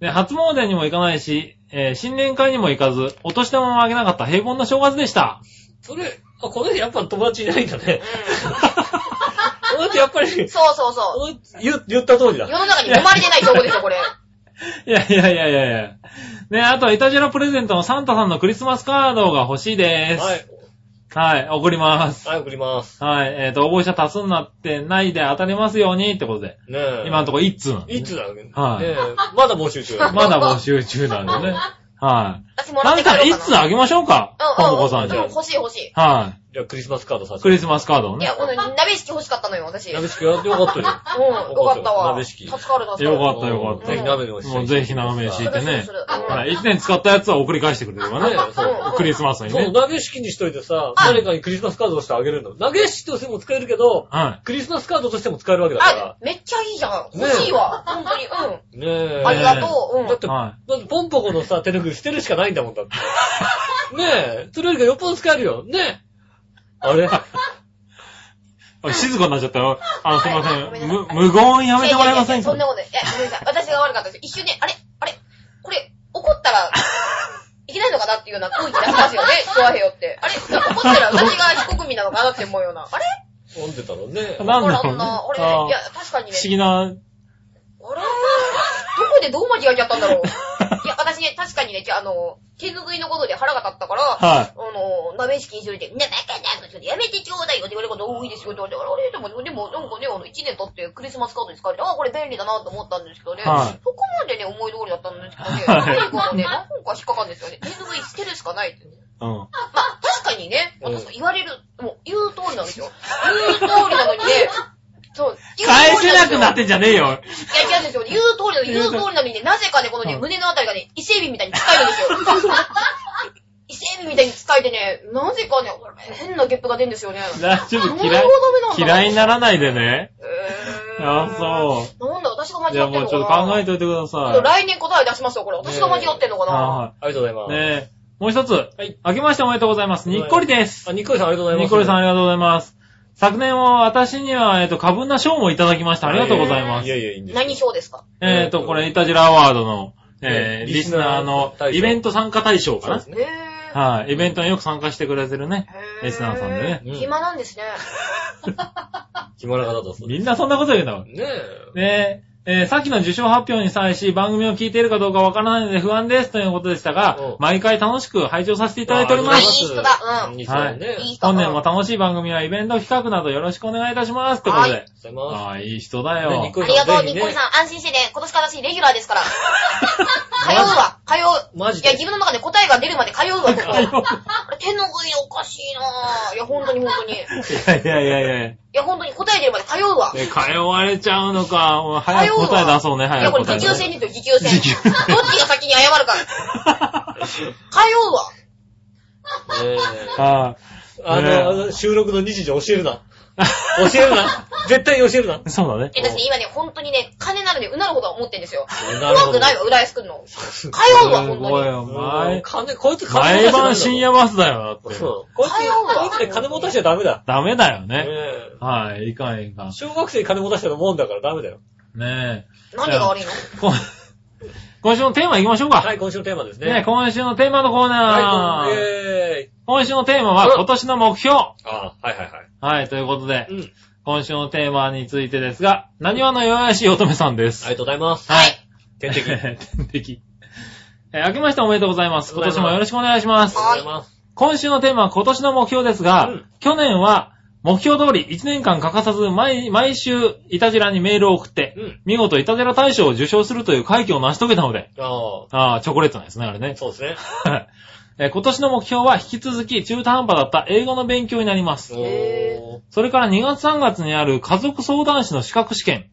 で、初詣にも行かないし、えー新年会にも行かず、お年玉もあげなかった平凡な正月でした。
それ、あ、この人やっぱ友達いないんだね。
う
この人やっぱり
ん。、そうそうそう。
言言った通り
世
だ。
の中に生まれてない情報です よ、これ。
いやいやいやいやいや。ね、あとはイタジラプレゼントのサンタさんのクリスマスカードが欲しいです。
は。い。
はい、送ります。
はい、送ります。
はい、えっ、と、応募者多数になってないで当たりますようにってことで。
ねえ。
今のところ1通なんで
い
ね
つだろうね。
はい
ねえまだ募集中。
まだ募集中なん でね。はい。
私もらっ
な
て
ん
帰
か
ろうかな。
1通あげましょうか。
うん
ポ
うん
ンポコさん
う
に。
ん
は
欲しい欲しい。
じゃあ、クリスマスカードさ
い。
せて。
クリスマスカードを
い
ね
や、。この鍋敷き欲しかったのよ、私。うん、
鍋
よ
式やってよかったよ。
かったわ。
鍋敷き
助かる、助かる。
よかったよか
う
っ
ぜひ
た。
ん
鍋でもして。
もうぜひ長めに敷いて
それ
ね
それ。うん
はい。1年使ったやつは送り返してくれれ ばね。
ねそう
うん
クリスマスに
そう、
ね。
投げ式にしといてさ、誰かにクリスマスカードとしてあげるの。投げ式としても使えるけど、
は
クリスマスカードとしても使えるわけだ
あ
か、
めっちゃいいじゃん。欲しいわ。本当に。う
ら。ねえ。
ん。ありがとう。うん。
だって、
は
だってポンポコのさ、手ぬぐい捨てるしかないんだもんだって。 ねえ、それよりかよっぽど使えるよ。ねえ。あれ
い。静かになっちゃったよ。あの、すいま
はい
せ
ご
ん。
めんな
む無言やめてもらえません
いやいやいやそんな
か
ことない。いや、ごめんなさい。私が悪かったです。一瞬ね、あれあれこれ、怒っ たら、いけないのかなっていうような空気出しますよね、怖いよって。あれ怒ったら私が非国民なのかなって思うような。あれ
飲んでたの ね。
なんだろうね。
な。俺、い
あー
や、確かにね
不。思議な、
あれどこでどう間違えちゃったんだろう。いや、私ね、確かにね、じゃあ、あの、手拭いのことで腹が立ったから、
はい。
あの、鍋敷きにするで、な、バカなの、ちょっとやめてちょうだいよって言われること多いですよ。だから、あれでも、でも、なんかね、あの、1年経ってクリスマスカードに使われて、あ、これ便利だなと思ったんですけどね、
はい
そこまでね、思い通りだったんですけどね、
はい
最後はね、何本か引っかかるんですよね。手拭い捨てるしかないってね。
うん。
まあ、確かにね、
うん
私言われる、もう、言う通りなんですよ。言う通りなのにね、そう、言う
返
通り
せなくなっ
ん
て
ですよ
んじゃねえよ。
いや、違うんですよ。言う通りなの、言う通りなのにね、なぜかね、このね、
うん
胸のあたりがね、伊勢海老みたいに使えるんですよ。伊勢海老みたいに使えてね、なぜかね、これ変なゲップが出るん ですよね。
大丈夫、嫌い
これはダメなん、だ
嫌いにならないでね。
えー、。
あ、そう
なんだ、私が間違っ
う。
て
じゃあ
んのか
もう
な
ちょっと考え
て。
といてくだ
ちょっと
さ
来年答え出しますよ、これ。私が間違ってんのか
い。
な。
は
ありがとうご
い。
ざいます。
ねえ。もう一つ。
い
明けましておめでとうございます。にっこりです。
あ、ニッコリさんありがとうございます。
にっこりさんありがとうございます。昨年は私には、えっと、過分な賞もいただきました。ありがとうございま
い
す。
やいや、いいんですよ。
何表ですか
えっと、これ、イタジラアワードの、え
ね
ー、リスナーの
リスナー大賞
イベント参加大賞か
そうで
な
す。
え
ね。
ー。
はい。イベントによく参加してくれてるね。
へ
リスナーさんでね
うん
暇なんですね。
暇な方だそうで
みんなそんなこと言うんだわ
す。。ね
ねえ、えーさっきの受賞発表に際し、番組を聞いているかどうかわからないので不安ですということでした
うん
が、毎回楽しく拝聴させて
え。
いただいておりま。
ありがとうございますすいい人だうん
いい人だね。ありがと
はい
う
いい人。
本年も楽しい番組やイベント企画などよろしくお願いいたしますってこと
は
で。
ござい
あ
ま
あ、いい人だ
す。ね
よ
ニッ。コ
あ
リ
り
さ
が
ん
とう、
ぜひ
に
ね
っこりさん。安心してね。今年から私、レギュラーです から。通うわ。通う。
マジ
いや、
で
自。分の中で答えが出るまで通うわ、こ こ。手の食いおかしいなぁ。いや、本当に本当に。い
いやいやいやいや。
や、本当に答え出るまで通うわ。
ね、通 われちゃうのか。もう早く答え出そうね、
い
早
や、こ
く
れ、
答え
持
出
久
そう
戦。ですよ、持久戦。
持久
どっちが先に謝るか。通うわ。
ね
あ
えあ
ねえ
のあの、収録の日時教えるな。教える な。絶対に教えるな。
あ、そうだね
え、。私ね、今ね、本当にね、金なので、うなるほど思ってんですよ。
なる
怖
ほ
く
ど。
ないわ、浦安くんの。通
す
うわ、
す
本
ごい
当に。
よ、
前、
前。
金、こいつ金
毎
持た
晩
せて
深
ないんだ
夜バスだよ、だ
もん
って。
そう。こいつ、
通うわ
こいつね、金持たしちゃダメだ。
ダメだよ
ね
ね。
え
はい、いかんいかん。
小学生に金持たしたのもんだからダメだよ。
ね
何が悪いの
え。こ 今週のテーマ行きましょうか。
はい、今週のテーマですね。
ねえ、今週のテーマのコーナ
はい、イ
ー。
ェーイ。
今週のテーマは今年の目標。
ああ、はいはいはい。
はい、ということで
う。ん。
今週のテーマについてですが、何話の弱々しい乙女さんです。
ありがとうございます。
はい。
天敵。ありがと
え ー天敵。えー明けましておめでとうございます。今年もよろしくお願いします。
うございます。
今週のテーマは今年の目標ですが、
うん
去年は目標通り1年間欠かさず毎毎週イタジラにメールを送って、
うん
見事イタジラ大賞を受賞するという快挙を成し遂げたので、
あ
ああ、チョコレートなんですね、あれね
あ、。そうですね。
えー今年の目標は引き続き中途半端だった英語の勉強になります。
へ
おー。
それから2月3月にある家族相談師の資格試験。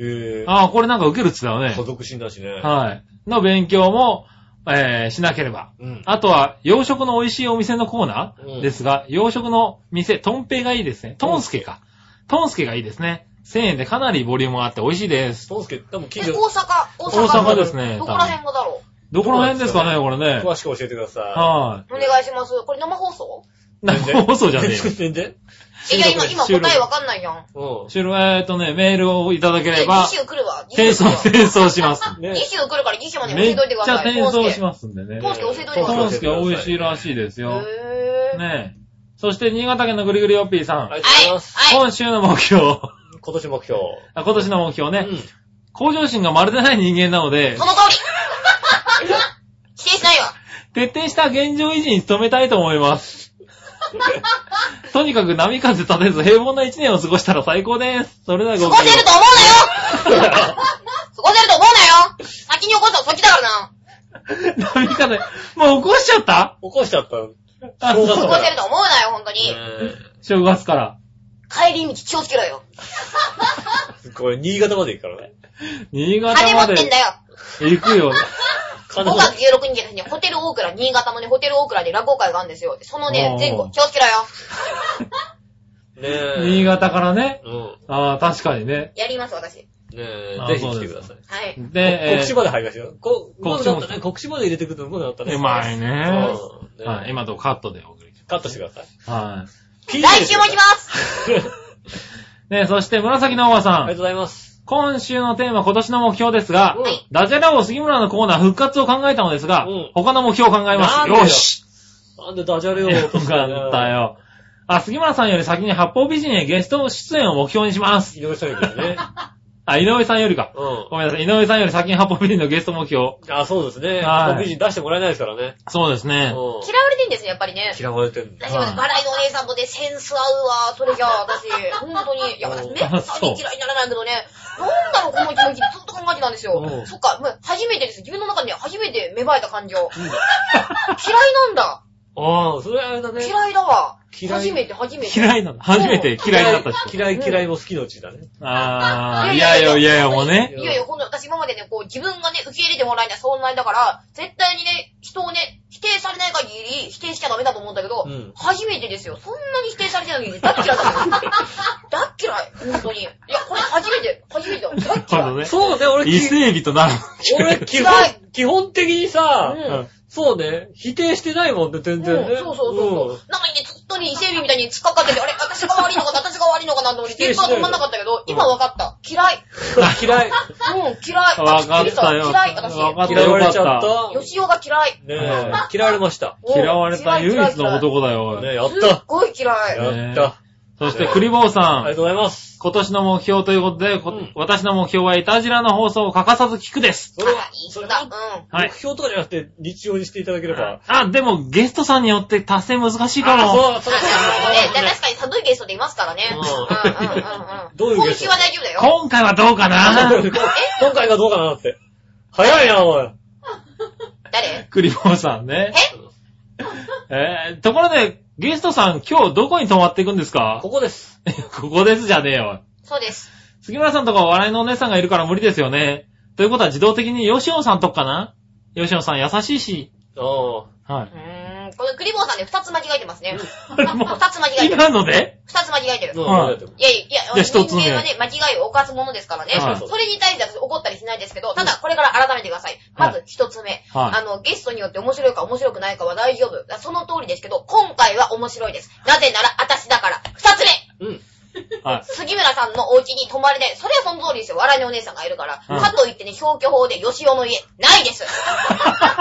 へ
ああ、これなんか受けるって言ってたよ
え。家
ね。
族診断士ね。
はい。の勉強も、えーしなければ。
うん。
あとは、洋食の美味しいお店のコーナ
うん
ーですが、洋食の店、トンペがいいですね。トンスケか。トンスケがいいですね。1000円でかなりボリュームがあって美味しいです。
トンスケ、多分
え
近
大
所、
阪、大
大
阪。
阪ですね
どこら辺がだろ
どこら辺ですかね、これね。
詳しく教えてくださ
は
うお願いします。これ生放送
い。なんか放送
い。
じゃねえよ。
全然
え、いや、今、
収
今
録
答えわかんないやん。
うん。
収録えーっとね、メールをいただければ
次、週来るわ。
転送、
来るわ
転送し ます。
ね
2週来るから2週まで教
め
え
っ
といてくだ
ちゃ
さい。
転送しますんでね。
トンスケ教えといてください
トンスケ美味しいら
い。
しいです
す
よ。
へぇー。
ねえ。そして、新潟県のぐりぐりよっぴーさん
あ。りがとうござい
はい、
ます。
はい。
今週の目標。あ
今年目標。
今年の目標ね。
うん
向上心がまるでない人間なので
そ、の通り 否定しないわ。
徹底した現状維持に努めたいと思います。とにかく波風立てず平凡な一年を過ごしたら最高です。それでは
過
ご
ご
きげん
せると思うなよ過ごせると思うなよ先に起こしたのそっちだからな。
波風、もう起こしちゃった
起こしちゃったの。
あ
そうだ
過
そう
ご
だ
せると思うなよ、ほんとに。
ね
正月から。
帰り道気をつけろよ。
えこれ、新潟まで行くからね。
新潟
金持
ま
っ
で
てんだよ。
行くよ。
5
金持
月16日にホテル大倉、新潟のね、ホテル大倉で落語会があるんですよ。そのね
お、ー
前後、気をつけろよ。
ねえ。
新。潟からね。
うん。
ああ、確かにね。
やります、私。
ねえ
あ、
ぜひ来てください。
はい。
で、
こ
え
告知まで入りましたよ。こ、うまくなった
告知
ね。
も
告知まで入れてくるとうまくなったね。
ーうまいね。
そうね
はい、今のとこカットでお送りし
カットしてください。
ます。は
来週も来ますす
い。ね、そして紫のおば
あ
さ。
りがとうんございます。
今週のテーマ、今年の目標ですが、
はい
ダジャラ王杉村のコーナー復活を考えたのですが、
うん
他の目標を考えま
なんで
す。
よ
よし
なんでダジャレを
よ
落とした
かった。よ。あ、杉村さんより先に八方美人へゲスト出演を目標にします。
井上さんよりね。
あ、井上さんよりか。
う
ごめんなさい。井上さんより先に八方美人のゲスト目標。
ん。あ、そうですね。
はい
コンビ人出してもらえないですからね。
そうですね。
うん
嫌われてんですね、やっぱりね。
嫌われてるんだ。
私もね、バラエのお姉さんとね、センス合うわ、それじゃあ、私。本当に。いや、私、めったに嫌いにならないけどね、なんだろう、この気持ちでずっと考えてたんですよ
うん。
そっか、もう初めてです。自分の中で初めて芽生えた感情。嫌いなんだ。
ああ、それあれだね。
嫌いだわ。
嫌い
初めて、初めて。
嫌いなんだ。初めて嫌いになった人。
嫌い嫌いも好きのうちだね。
あー、いやいやいやいや、もうね。
いやいや、ほんと、私今までね、こう、自分がね、受け入れてもらえない存在だから、絶対にね、人をね、否定されない限り、否定しちゃダメだと思うんだけど、
うん
初めてですよ。そんなに否定されてないのに、だっ嫌いだよ。だっ嫌い、ほんとに。いや、これ初めて、初めてだ。だっ
なる
嫌
ほど
い。
ね。
そうね、俺、き
異性人なの。
俺基
嫌
本、基本的にさ、
うん
そうね、否定してないもんね、全然ね。
うんそうそうそうそう。
うん
なのにね、ずっとね、伊勢海老みたいに突っかかってて、あれ、私が悪いのかな、私が悪いのかなと思って、現場は止まんなかったけど、今分かった。嫌い。
嫌い。
うん、嫌い。
わか
び
っ
りした
よ。
嫌い、私。
わかった
嫌
よ
わ
か
れ
っ。
ちゃったた。ね
吉尾が嫌い。
え、嫌われました。
お
嫌われた唯
嫌い
一の男だよ、おい
ねえ、やっ。
すったごい嫌い。
やっ
ね
た。
そして、クリボー
あ
さ
りが
ん。
とうございます。
今年の目標ということで、こ
うん
私の目標はイタジラの放送を欠かさず聞くです。
それ
あ
は、
いい
そ
人
れ
だ。
は
う、ん。
は
目
い。
標とかじゃなくて、日常にしていただければ。
あ、でもゲストさんによって達成難しいかも。
あ、そう、そ
あ
れ
なるほどね。
は
確かに寒いゲストでいますからね。
うん
うんうんうんうん。
どういうゲ
今
スト
週は大丈夫だよ。
今回はどうか な
今回がどうかなって。早いな、おい。
誰
クリボーさんね。
こ
えー、ところで、ゲストさん今日どこに泊まっていくんですか
こです。
ここですじゃねえよ。
そうです。
杉村さんとかは笑いのお姉さんがいるから無理ですよね。ということは自動的に吉野さんとこかな吉野さん優しいし。
あ
は
うーん。これ、クリボーさんね、二つ間違えてま すね。二
もう
つ間
い。
違えてる。
今ので
二つ間違えてる
あ。。もう、どう
いやいや、い
い
や、
や
人
一つ目
間はね、間違いを犯すものですからね。
はい
それに対して私怒ったりしないですけど、ただ、これから改めてください。まず一つ目。
はい
あの、ゲストによって面白いか面白くないかは大丈夫。その通りですけど、今回は面白いです。なぜなら、私だから。二つ目
うん。
はい。
杉村さんのお家に泊まれない。それはその通りですよ。笑いのお姉さんがいるから。
うん
かといってね、消去法で吉尾の家、な いです。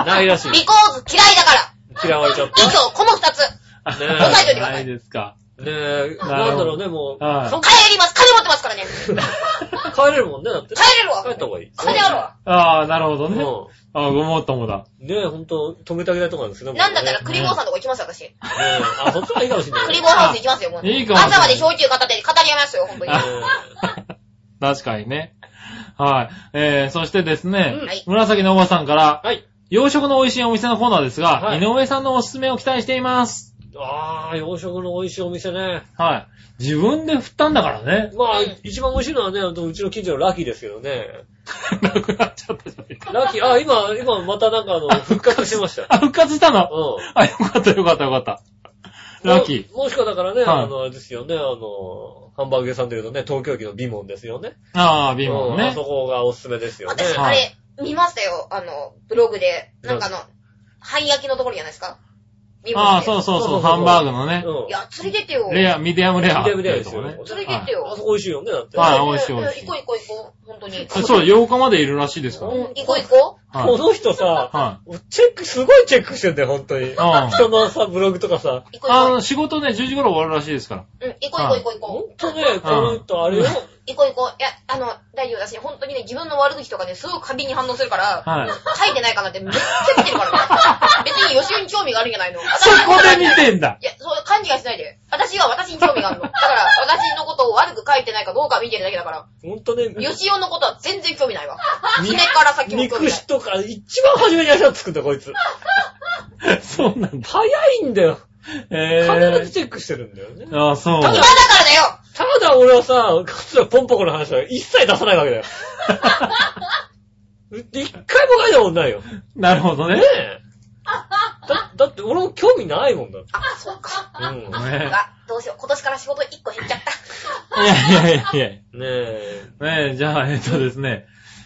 ないらしい
リ。コーズ嫌いだから。
嫌われちゃっ
以上、この二つ。
押
た。ね
押さえといてください
ないですか。
え、なんだろうね、もう、
はい
そん
帰ります金持ってま すからね
帰れるもんね、だって。
帰れるわ
帰った方がいい。
金あるわ
ああ、なるほどね。
う
ああ、ごもっとも だ。
ん。ねえ、ほんと、止めてあげたいとこなんですけどもね
なんだったらクリボーさんとか行きますよ、私。
ねえあ、そっちはいいかもしれ ない。
クリボーハウス行きますよ、もう。
いいかもしれない
朝まで氷球片手で語り合いますよ、ほんとに。
あ
は
確かにね。はい。えー、そしてですね、
うん
い。
紫のおばさんから、
はい。
洋食の美味しいお店のコーナーですが、
はい
井上さんのおすすめを期待しています。
あー、洋食の美味しいお店ね。
はい。自分で振ったんだからね。
まあ、一番美味しいのはね、あのうちの近所のラッキーですけどね。
なくなっちゃったじゃないか。
ラッキー、あ、今、今またなん かあの、復活してました。
あ、復活したの
うん。
あ、よかったよかったよかった。ラッキー。
ももしくはだからね、
はい
あの、あれですよね、あの、ハンバーグ屋さんで言うとね、東京駅のビモンですよね。
ああ、ビーモン
うんあ
ね
そ。こがおすすめですよね。
私、
はい
あれ、見ましたよ、あの、ブログで。なんかあの、灰焼きのところじゃないですか。見
ああ、
ました
そう
よ。
そうそう、ハンバーグのね。
うん
い。や、連れてってよ。
レア、ミディアムレア。
見てみたいですよね。
連れてって
あ
よ
そ。こ美味しいよね、だって。
はい
うん
美味しい美味しい
行こう行こう行こう。ほんとに。
あそう、8日までいるらしいですから。
うん行こう行こう。
はい
この人さ、
はい。
チェック、すごいチェックしてんだよ、本当に。人のさ、ブログとかさ。
行こう
あ
行こ
の、仕事ね、10時頃終わるらしいですから。
う。うん、行こう行こう行こう行
ほ
こ
んとね、この人、あれよ。
う。行こう行こう。いや、あの、大丈夫だし、ほんとにね、自分の悪口とかね、すごく過敏に反応するから、
はい。
書いてないかなってめっちゃ見てるからね。別に吉尾に興味があるんじゃないの。
そこで見てんだ
いや、そう、勘違いしないで。私は私に興味があるの。だから、私のことを悪く書いてないかどうか見てるだけだから。
ほんとね、
よしおのことは全然興味ないわ。それから先も興
肉
味ない。
しとか、一番初めに足つくんだ、こいつ。
そうなんだ。
早いんだよ。
え
必ずチェックしてるんだよね。
ー。あ、そう。
今だからだよ
ただ俺はさ、かつらポンポコの話は一切出さないわけだよ。一回も書いたことないよ。ね
なるほどね。ね
え。だ、だって俺も興味ないもんだって。
あ、そうか。
うん。ね
あ、どうしよう。今年から仕事1個減っちゃった。
いやいやいやいや。
え。
ねえ、じゃあ、えっとですね。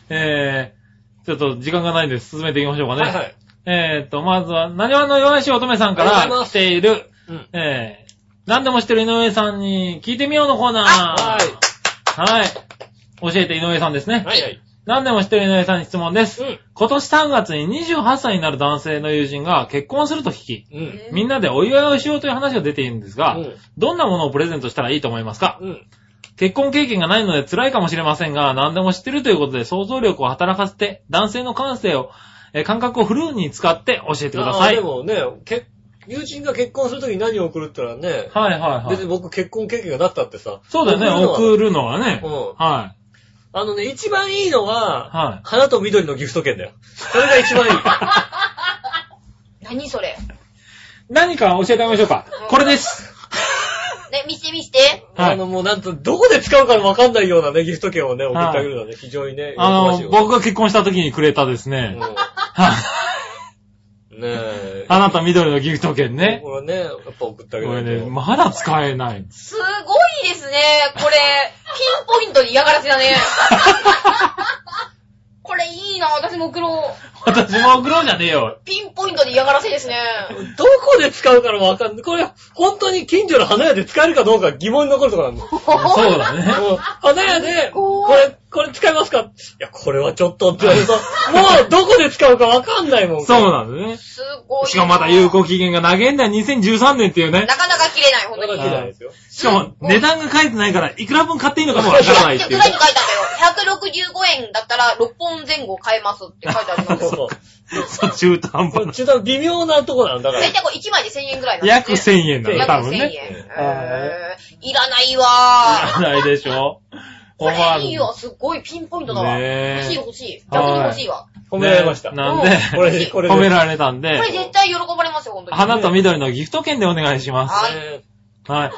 えー、ちょっと時間がないんで進めていきましょうかね。
はいはい。
えーっと、まずは、なにわの弱いし乙女さんか
ありがとうござい
ら
ます
来ている、
うん。
えー、何でも知ってる井上さんに聞いてみようのコーナー。
は
は
い。
い。教えて井上さんですね。
はいはい。
何でも知ってる井上さんに質問です。
うん
今年3月に28歳になる男性の友人が結婚すると聞き、
うん。
え
みんなでお祝いをしようという話が出ているんですが、
うん
どんなものをプレゼントしたらいいと思いますか
うん。
結婚経験がないので辛いかもしれませんが、何でも知ってるということで想像力を働かせて、男性の感性を、えー感覚をフルーンに使って教えてくだ
あ
さ
あ
い。
で
はい
もね、け友人が結婚するときに何を送るって言ったらね、
はいは
別に
い。
僕結婚経験がなったってさ。
そうだよね、送るのはね。
うん
はい。
あのね、一番いいのは、
はい
花と緑のギフト券だよ。それが一 番いい。
何それ。
何か教えてあげましょうか。これです。
ね、見せて見せて。
はい
あの、もうなんと、どこで使うかわかんないようなね、ギフト券をね、送ってあげるのはね、非常にね、
あ
喜ばしい
の、
よ
僕が結婚した時にくれたです
うん
ね。
ね
はい。
え。
あなた緑のギフト券ね。
これね、やっぱ送ってあ
こ
げな
れ
いと。
ね、まだ使えない。
すごいですね。これ、ピンポイントで嫌がらせだね。これいいな、私も送ろう。
私も送ろうじゃねえよ。
ピンポイントで嫌がらせですね。
どこで使うからわかんない。これ、本当に近所の花屋で使えるかどうか疑問に残るところなんだ。
そうだね。
もう花屋で、
ご
こ
い
れ、これ使いますかいや、これはちょっとって言われると、もうどこで使うかわかんないもん。
そうなんだね。
すごいな。
しかもまだ有効期限が長えんだよ、2013年っていうね
な。かなか切れない、ほん
な
と
か
に。
なか嫌いですよ。
しかも、値段が書いてないから、いくら分買っていいのかもわからないって
い
いう
や 裏。に書いたんだよ。165円だったら6本前後買えますって書いてありま
そう
す。
そう。
そう、中途半
これ
端な。
ちょっと微妙なとこなんだから
大。体これ1枚で1000円ぐらいなん
約
です
1000
ね。
円だよ、
約
多
1000
分
円。
ね。
えーいらないわ
い らないでしょ。
これいい
よ。
わ、すごいピンポイントだわ。
ねえ
欲しい欲しい。逆に欲しいわ。
褒められました。
ねなんで、
これで、これで。
褒められたんで
こ、れ絶対喜ばれますよ、ほんとに。
花と緑のギフト券でお願いします。
はい
ね
はい。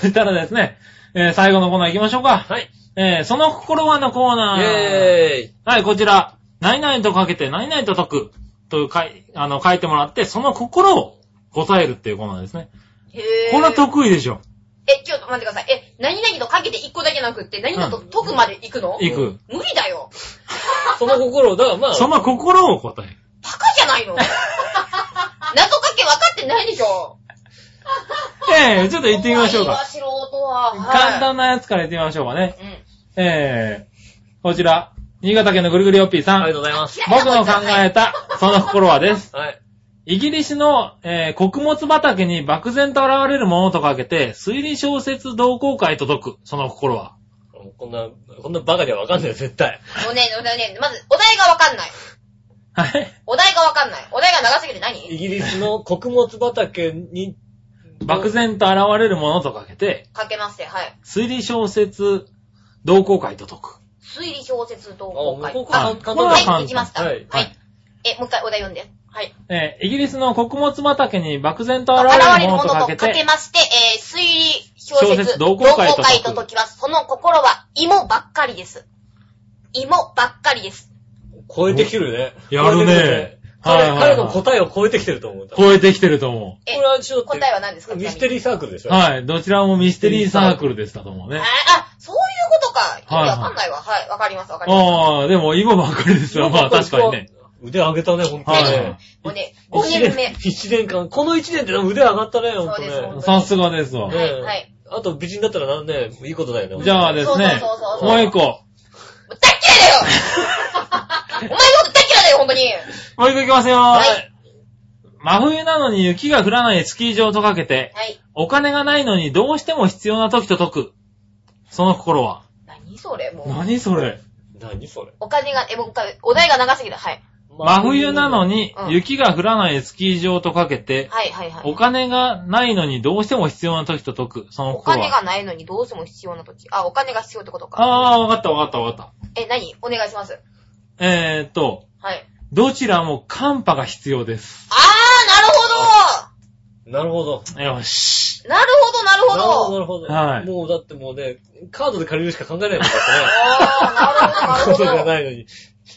そしたらですね、えー最後のコーナー行きましょうか。
はい。
えーその心はのコーナ
イ
ー。
ェーイ。
はい、こちら、何々とかけて何々と解くというかい、あの、書いてもらって、その心を答えるっていうコーナーですね。
へー
これは得意でしょ。
え、ちょっと待ってください。え、何々とかけて1個だけなくって、何々と解くまで行くの
いく。
無理だよ。
その心を、だからまあ、
その心を答える。
バカじゃないの謎かけ分かってないでしょ。
ええちょっと行ってみましょう
怖いわ
か。
素人は。はい
簡単なやつから行ってみましょうかね。
うん。
ええこちら、新潟県のぐるぐるよっぴーさ
ありが
ん。
とうございます。
嫌いな
僕の
こと
考
はない
えた、その心はです。
はい。
イギリスの、えー穀物畑に漠然と現れるものとかけて、推理小説同好会と解く、その心は。
こんな、こんなバカにはわかんないよ、絶対。
もうね、もうね、まず、お題がわかんない。
はい。
お題がわかんない。お題が長すぎる何
イギリスの穀物畑に、
漠然と現れるものとかけて、
かけますよ、はい。
推理小説同好会と解く。
推理小説同
あ、
好
向
会。
こうか、簡
あこれ
単
は
だ
簡単
はい、いきました。
は
はいい。え、もう一回お題読んで。はい。
えーイギリスの穀物畑に漠然と現
現
れ
れ
る
る
もの
も
と
の
か
と
け
かけ
て、
まして、えー推理小
小説
説
同
同
好会
好
と解く
会と解きます。その心は芋ばっかりです。芋ばっかりです。
超えてきてるね。
やるね
超えてきてるね
はいはいはい
彼、彼の答えを超えてきてると思う。こ
超えてきてると思
え、
れはちょっと、
答えは何ですか
ミステ
リー。
リーサークルでし
う。
ょ
はい。どちらもミステリーサークルでしたと思う
あ
ね。
あ、そういうことか。意
はい
味わかんないわ。はい、わかります、わかります。
ああ、でも今ばっかりですよ。まあ確かにね。。
腕上げたね、ほんと
は
ね。
い。
もうね、5
一
年 目
年。一年間、この一年って腕上がったね、ほんと
そうですほ
ね
ん。
さすがですわ
ね。
はいはい
あと美人だったらなんね、いいことだよね。
じゃあですね
そうそうそう、そう
もう一個。
もう大っ嫌いだよお前のこと大っ嫌いだよ、ほんとに。
もう一個いきますよ
はい。
真冬なのに雪が降らないスキー場とかけて、
はい。
お金がないのにどうしても必要な時と解く。その心は。
何それ、もう。
何それ
何それ。
お金が、え、もう一回、お題が長すぎる。はい。
真冬なの
に。
に
うん
雪が降らないスキー場とかけて、
はい、はい、はい。
お金がないのにどうしても必要な時と解く。その
お
心
金
は。
がないのにどうしても必要な時。あ、お金が必要ってことか。
ああ、わかったわかったわかっ
え、何お願いします。
た。えーっと、
はい。
どちらも寒波が必要です。
あー、
なるほど。
よし。
なるほどなる
な
ほど
る
な
ほ
る
ど、な
ほど
るほど。
はい
もうだってもうね、カードで借りるしか考えないもんだってね。
あー、なる
こ
ほ
と
ど
じ
なる
ゃ
ほど。
ないのに。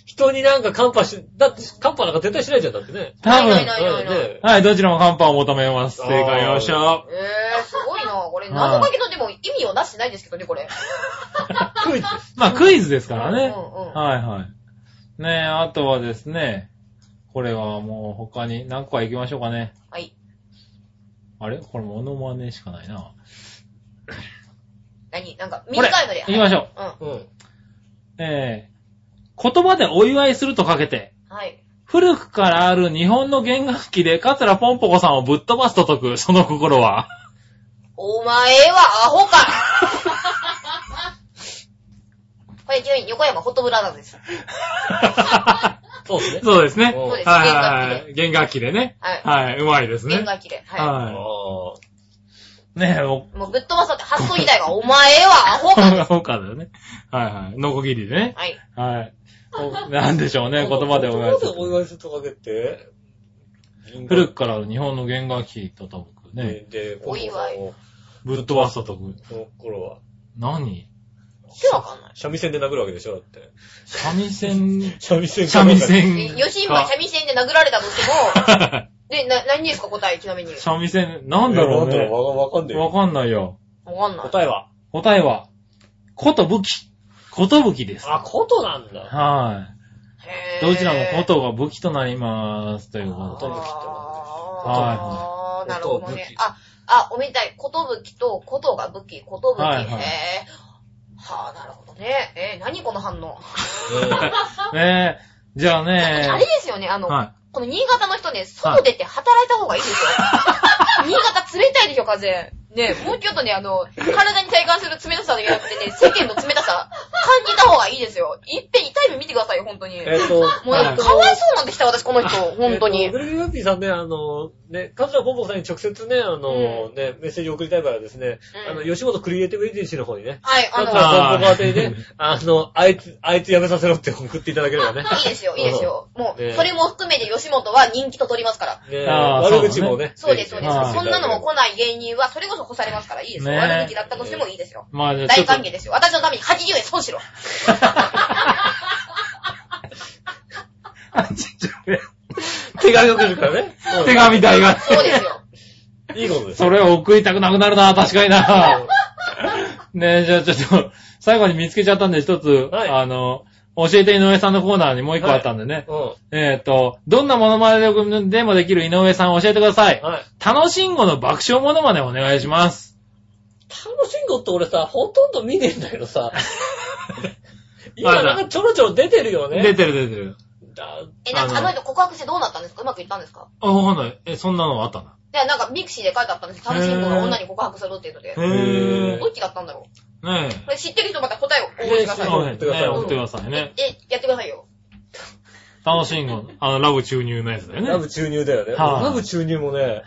人になんかカンパし、だってカンパなんか絶対しないじゃん、だってね。
多
ないない
分
ない。ない
ね
はい、どちらも寒波を求めます。正解よっしゃ。
えー、すごいな。これ、謎かけのでも意味をなしてないですけどね、これ。
クイズです。
まあ、クイズですからね。
うんうんうん
はいはい。ねえ、あとはですね、これはもう他に何個か行きましょうかね。
はい。
あれこれモノマネしかないな。
何なんか、
これ
短いので。
行きましょう。
う
うん。
えー、言葉でお祝いするとかけて、
ん。はい。
古くからある日本の弦楽器で桂ポンポコさんをぶっ飛ばすと解く、その心 は。
お前はアホか これ、ちなみに横山ホットブラザーズです。
そうですね。
そうですね。
そう
です
はいはいはい。弦楽器でね。
は
は
い
い、うまいですね。
弦楽器で。は
あ
は
あ。
い。ねえ、お
い。もうぶっ飛ばそうって発想以外が、お前はアホか
そうかだよね。はいはい。ノコギリでね。
はい。
はい。おなんでしょう ね、言葉でお願いす
言葉でお
る。
祝いするとかけって、
古くからの日本の弦楽器ととくね、
で、で、
お祝い
こ
ぶっ飛ばすととく。
の頃は、
何
手わかんない。
三味線で殴るわけでしょだって。
三味線、
三味線
三味
え
線。
吉村三味線で殴られたとしても、
か
で、な、何ですか答え、ちなみに。
三味線、なんだろう
いやなん
ね。
わわかんない
わかんないよ。
わかんない。
答えは
答えは、ことぶき。ことぶきです。
あ、ことなんだ。
は
へ
い。
ー
どちらもことが武器となります。ということ
とぶきってことです
あー、なるほ
こと
どね
ぶき。
あ、あ、おめでたい。ことぶきと、ことが武器、ことぶき。へ
はいはい
ぇはぁ、なるほどね。えー、何この反応。
で。ねえ。じゃあ
あれ
ね
ですよね、あの、
は
この新潟の人ね、外出て働いた方がいいです よ。新潟冷たいでしょ、風。ね、もうちょっとね、あの、体に体感する冷たさだけじゃなくてね、世間の冷たさ、感じた方がいいですよ。いっぺん痛い目見てくださいよ、ほんとに。
えっと、
もうね、かわいそうなんでした、私、この人。ほんとに。
えっグルーピーさんね、あの、ね、カズラポンポコさんに直接ね、あの、ね、メッセージ送りたい場合はですね、
うん
あの、吉本クリエイティブエージェンシーの方にね、
はい、あ
カ
の
ズ、ラ
あ
ポンポコ宛てにね、あの、あいつ、あいつやめさせろって送っていただければね。
いいですよ、いいですよ。も
ね
う、それも含めて吉本は人気と取りますから。
ね
あー
悪口もね。
そうです、そうです。
はい
そんなのも来ない芸人は、それこそ干されますから、いいですよ。
ね
悪口だったとしてもいいですよ。
い。まあじゃあちょ
大
っと
歓迎ですよ。私のために80円損しろ。
あちょっとね
手紙が来るからね。うん
手紙代が。
そうですよ。
いいことですよ。
それを送りたくなくなるな、確かに な。ねえ、じゃあちょっと、最後に見つけちゃったんで一つ、
はい
あの、教えて井上さんのコーナーにもう一個あったんでね。
う
えっ、と、どんなモノマネ力でもできる井上さんを教えてください
ん。。はい。
楽しんごの爆笑モノマネお願いします。
楽しんごって俺さ、ほとんど 見ねえんだけどさ。今
まだ
なんかちょろちょろ出てるよね。
出てる出てる。
だ、
え、なんかあ
あの
の人告白してどうなったんですかうまくいったんですか
あ、わかんない。え、そんなのあったな。
で、なんかミクシーで書いてあったんです単身が女に告白するっていうので
へ。
ー
ぇ
どっちだったんだろ
ー。ね
うこれ知ってる人また答えを
え
お持ちくだ
え。
さい。
そう
そう
ね
ね。
送ってください
送ってくださいね。
え、やってくださいよ。
楽しんご、あの、ラブ注入のやつだよね。
ラブ注入だよね。
はい
ラブ注入もね、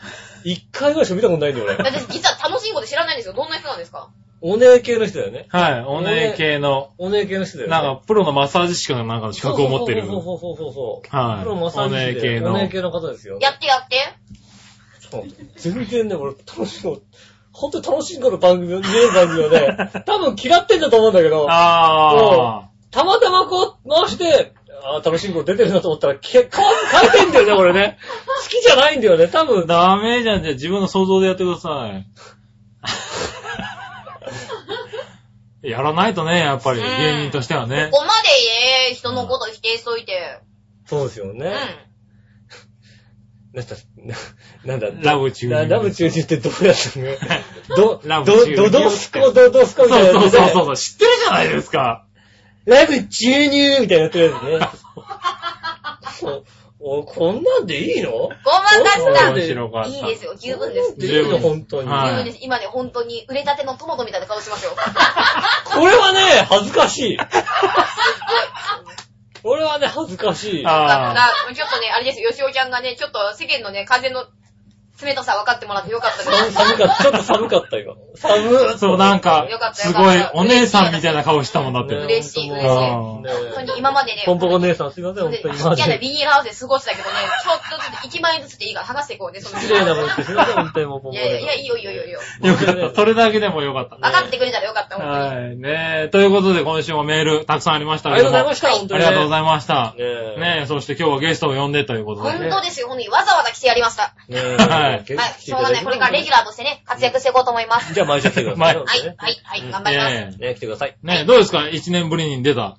一回ぐらいしか見たことないんだよ、俺。
私実は楽しいこと知らないんですよ。どんな人なんですか
お姉系の人だよね。
はい。おねえ系の、
お姉系の人だよね。
なんか、プロのマッサージ師かなんかの資格を持ってる。
そうそうそうそうそう。
はい。
プロマサ
おね
ー
え
ジ師で
系
お
の。
姉系の方ですよ。
やってやって。
そう全然ね、俺、楽しいの、ほんと楽しいこの番組を、見える番組を ね、多分嫌ってんだと思うんだけど、
あ
たまたまこう回して、あー楽しいこ出てるなと思ったら、結果変えてんだよね、 俺ね。好きじゃないんだよね、多
ー。
分。
ダメじゃん、じゃあ自分の想像でやってくださ い。やらないとね、やっぱり、
うん
芸人としてはね。
ここまで言え、人のこと否定しといて。
そうですよ
うん。
ね。なんだ、ななんだ、
ラブ注入
なラブ中入ってどうやった のど、
ラブ
ど、
注
ど
入
どすこ、どどすこみたいな
そ
や
う
つで
そうそうそう、知ってるじゃないですか。
ラブ注入みたいなやって るやつね。お、おこんなんでいいの
ごまか
そうな
し。
んで
面白かったた。
いいですよ。十分です。
でいいの、
十分
本当に。
はい
十分です。今ね、本当に売れたてのトマトみたいな顔してますよ。
これはね、恥ずかしい。これはね、恥ずかしい。
だか
ああ。
ら、ちょっとね、あれですよ、吉尾ちゃんがね、ちょっと世間のね、風の冷たさ分かってもらってよかったで
寒
す。
寒かった。ちょっと寒かった、今。寒っ
そう、なんか
よかっ、た
す
よ
ごい
かった、
お姉さんみたいな顔したもんだっ
ね
て。
嬉しい
本
嬉しい
当
本当
ね
に今までね、
ポンポコ姉さん、すいません、本当に今ま
嫌な
で。
ビニールハウスで過ごしてたけどね、ちょっとずつ1万円ずつでいいから剥がしていこうね、その
綺麗なものって、すいません、本当にもうポン
い
ポ
や
コ
い
姉
や
さん。
いや、いいよいいよいいよいいよ。
よかった。それだけでもよかった。
分かってくれたらよかった、本当に。
はい。ねえ、ということで今週もメールたくさんありました
あ
け
りがとう
ど
ござい
も。
ました、本当
あ
に
り
ね。
がとうございました。
ねえ
ねえ、そして今日はゲストを呼んでということで
本
ね。
当ですよ、本当に。わざわざ来てやりました。
ねえ
はい
ゲ
は
スト来
い、
て
し
い
ょう
ただ
が
い
な
て
い。これからレギュラーとしてね、活躍していこうと思います。
じゃあ、毎週来てください。
前
はい、はい、はい、頑張ります。
ね
ね、来てください。
え、ねえ、どうですか一年ぶりに出た、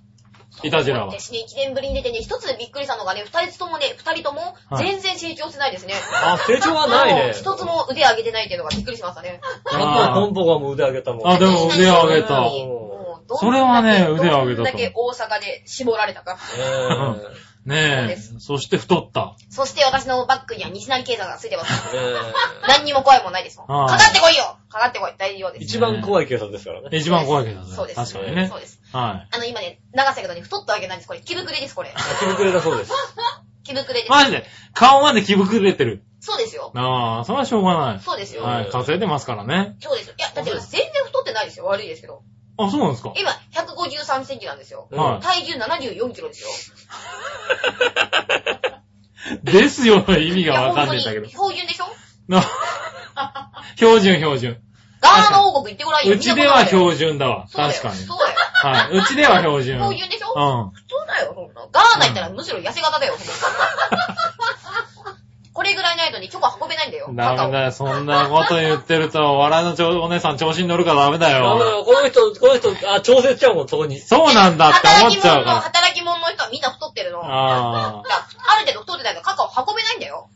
イタジラは。
私ね、1年ぶりに出てね、一つびっくりしたのがね、二人ともね、二人とも
はい
全然成長してないですね。
あ、成長はない
もう
ね。
一つも腕上げてないっていうのがびっくりしましたね。
あと、ポンポコも腕上げたもん。
あでも腕上げた
もうどんだけ
それはね腕上げたと
どんだけ大阪で絞られたか。
ね
そう
ねえ
で、
そして太った。
そして私のバッグには西成経済がついてます。
え。ね
何にも怖いもんないですもん。
ああ
かかってこいよかかってこい大丈夫
え。
です。
一番怖い警察ですからね。
一番怖いけどね。
そうです。
確かにね
そう。です。
は
あの今ね、長瀬けどね、太ったわけないんです。これ、気ぶくれで す、これ。
気ぶくれだそうです。
気ぶくれで
い。
す。
マジで、顔まで気膨れてる。
そうですよ。
ああ、それはしょうがない。
そうですよ。
はい、稼いでますからね。
そうですよ。いや、だって私全然太ってないですよ。悪いですけど。
あ、そうなんですか
今、153センチなんですよ。
はい
体重74キロですよ。
ですよの意味
い
がわ
本
かんな
当
い
に
んだけど。
標準でしょ
な 標準、標準。
ガーナの王国行ってごらんよ。
うちでは
準。
標準だわ。
そうだよ
確かに。
そうだよ。
はい。うちでは標準。
標準でしょ
うん。
普通だよ、そんな。ガーナ行ったらむしろ痩せ型だよ。 これぐらいないとね、許可運べないんだよ。
ダメ
よ。
だよ。そんなこと言ってると、笑いのちょお姉さん調子に乗るからダメだ
あ
よ。
の、この人、この人、あ、調整しちゃうもん、そこに。
そうなんだって思っちゃう
働き者の、
か
働き者の人はみんな太ってるの。
ら。
だか
ああ。
らある程度太ってないとカカオ運べないんだよ。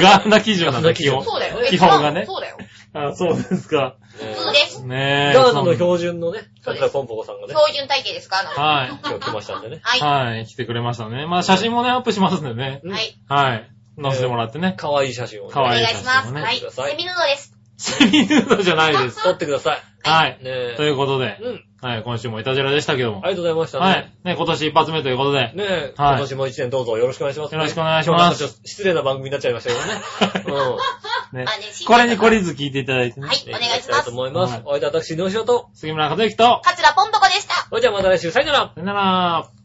ガーナ基準なんだ、基
そ
本。
そうだよ。
基本がね
一番そうだよ。
あそうですか。
普通です。
ねえ。
ガーナの標準のね、
そう
だ
です
からポンポコさんがね、
標準体型ですか
そん
ら。
なは。
今日来ましたんでね。
はいい。
はい。来てくれましたね。まあ、写真もね、アップしますんでね。
はい。
はい。載せてもらってね。
可愛い写真をね
可
お
愛
願い
い
します。
ね
はい。セミヌードです。
セミヌードじゃないです。
撮ってください。
はい。
ね
とい
え。
うことで、
うん。
はい、今週もいたじらでしたけども。
ありがとうございましたね。
はい。ね、今年一発目ということ
ね
で。
え、
はい
今年も一年どうぞよろしくお願いします、
よろしくお願いし
今
ます
日なんかちょっと失礼な番組になっちゃいましたけ どね。うん。
ね
あね新年
これに懲りず聞いていただいてね。
はい。
ね
お願い
行
し
きた
ま
い
す
と。思います。
はい
お相手は私、井上翔と。
杉村和之と、
カツラポンポコでした。
それじゃあまた来週、さよなら
さよなら。